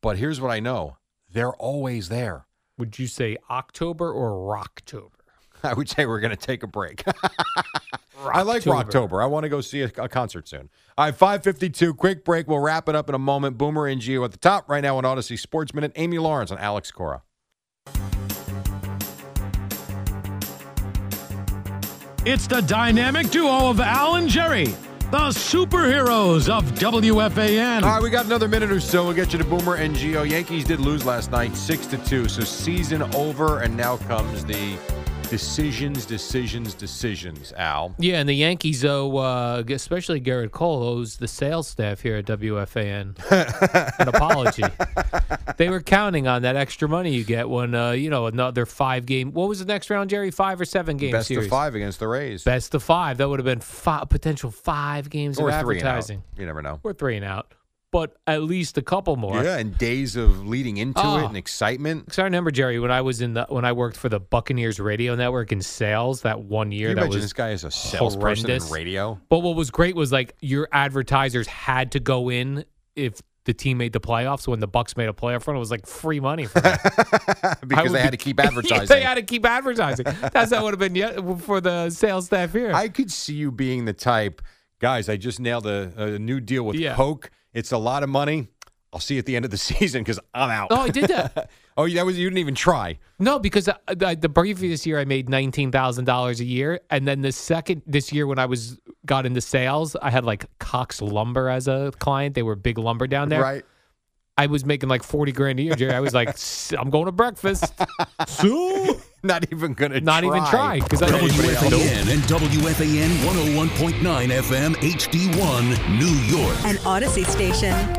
Speaker 1: But here's what I know. They're always there.
Speaker 2: Would you say October or Rocktober?
Speaker 1: <laughs> I would say we're going to take a break. <laughs> I like Rocktober. I want to go see a, a concert soon. All right, 552, quick break. We'll wrap it up in a moment. Boomer and Gio at the top right now on Odyssey Sports Minute. Amy Lawrence and Alex Cora.
Speaker 8: It's the dynamic duo of Al and Jerry, the superheroes of WFAN.
Speaker 1: All right, we got another minute or so. We'll get you to Boomer and Gio. Yankees did lose last night, 6 to 2. So season over, and now comes the decisions, decisions, decisions, Al.
Speaker 2: Yeah, and the Yankees owe, uh, especially Garrett Cole, owes the sales staff here at
Speaker 1: <laughs>
Speaker 2: WFAN an apology. they were counting on that extra money you get when, uh, you know, another five game. What was the next round, Jerry? Five or seven game
Speaker 1: Best
Speaker 2: series?
Speaker 1: of five against the Rays.
Speaker 2: Best of five. That would have been five, potential five games
Speaker 1: or
Speaker 2: of
Speaker 1: three and out.
Speaker 2: advertising.
Speaker 1: You never know.
Speaker 2: We're three and out, but at least a couple more.
Speaker 1: Yeah, and days of leading into it
Speaker 2: Oh.
Speaker 1: and excitement.
Speaker 2: Because I remember Jerry when I was in the when I worked for the Buccaneers radio network in sales that one year.
Speaker 1: Can you
Speaker 2: that
Speaker 1: imagine
Speaker 2: was
Speaker 1: this guy is a salesperson in
Speaker 2: horrendous.
Speaker 1: radio?
Speaker 2: But what was great was like your advertisers had to go in if the team made the playoffs when the Bucks made a playoff run. It was like free money
Speaker 1: <laughs>
Speaker 2: for them. <laughs> I
Speaker 9: because
Speaker 2: would
Speaker 9: they had
Speaker 2: be-
Speaker 9: to keep
Speaker 2: <laughs> Yeah,
Speaker 9: advertising.
Speaker 2: they had to keep advertising. That's how it would have been yeah, for the sales staff here.
Speaker 1: I could see you being the type, guys. I just nailed a, a new deal with
Speaker 2: Yeah.
Speaker 1: Coke. It's a lot of money. I'll see you at the end of the <laughs> season because I'm out.
Speaker 2: Oh, I did that.
Speaker 1: oh, that was you didn't even try.
Speaker 2: No, because I, I, the previous year I made nineteen thousand dollars a year, and then the second this year when I was got into sales, I had like Cox Lumber as a client. They were big lumber down there.
Speaker 1: Right.
Speaker 2: I was making like forty grand a year, Jerry. I was like, "S- I'm going to breakfast. Sue,
Speaker 1: not even gonna,
Speaker 2: not even try because I
Speaker 3: WFAN and oh WFAN 101.9 FM HD1, New York.
Speaker 10: An Odyssey station.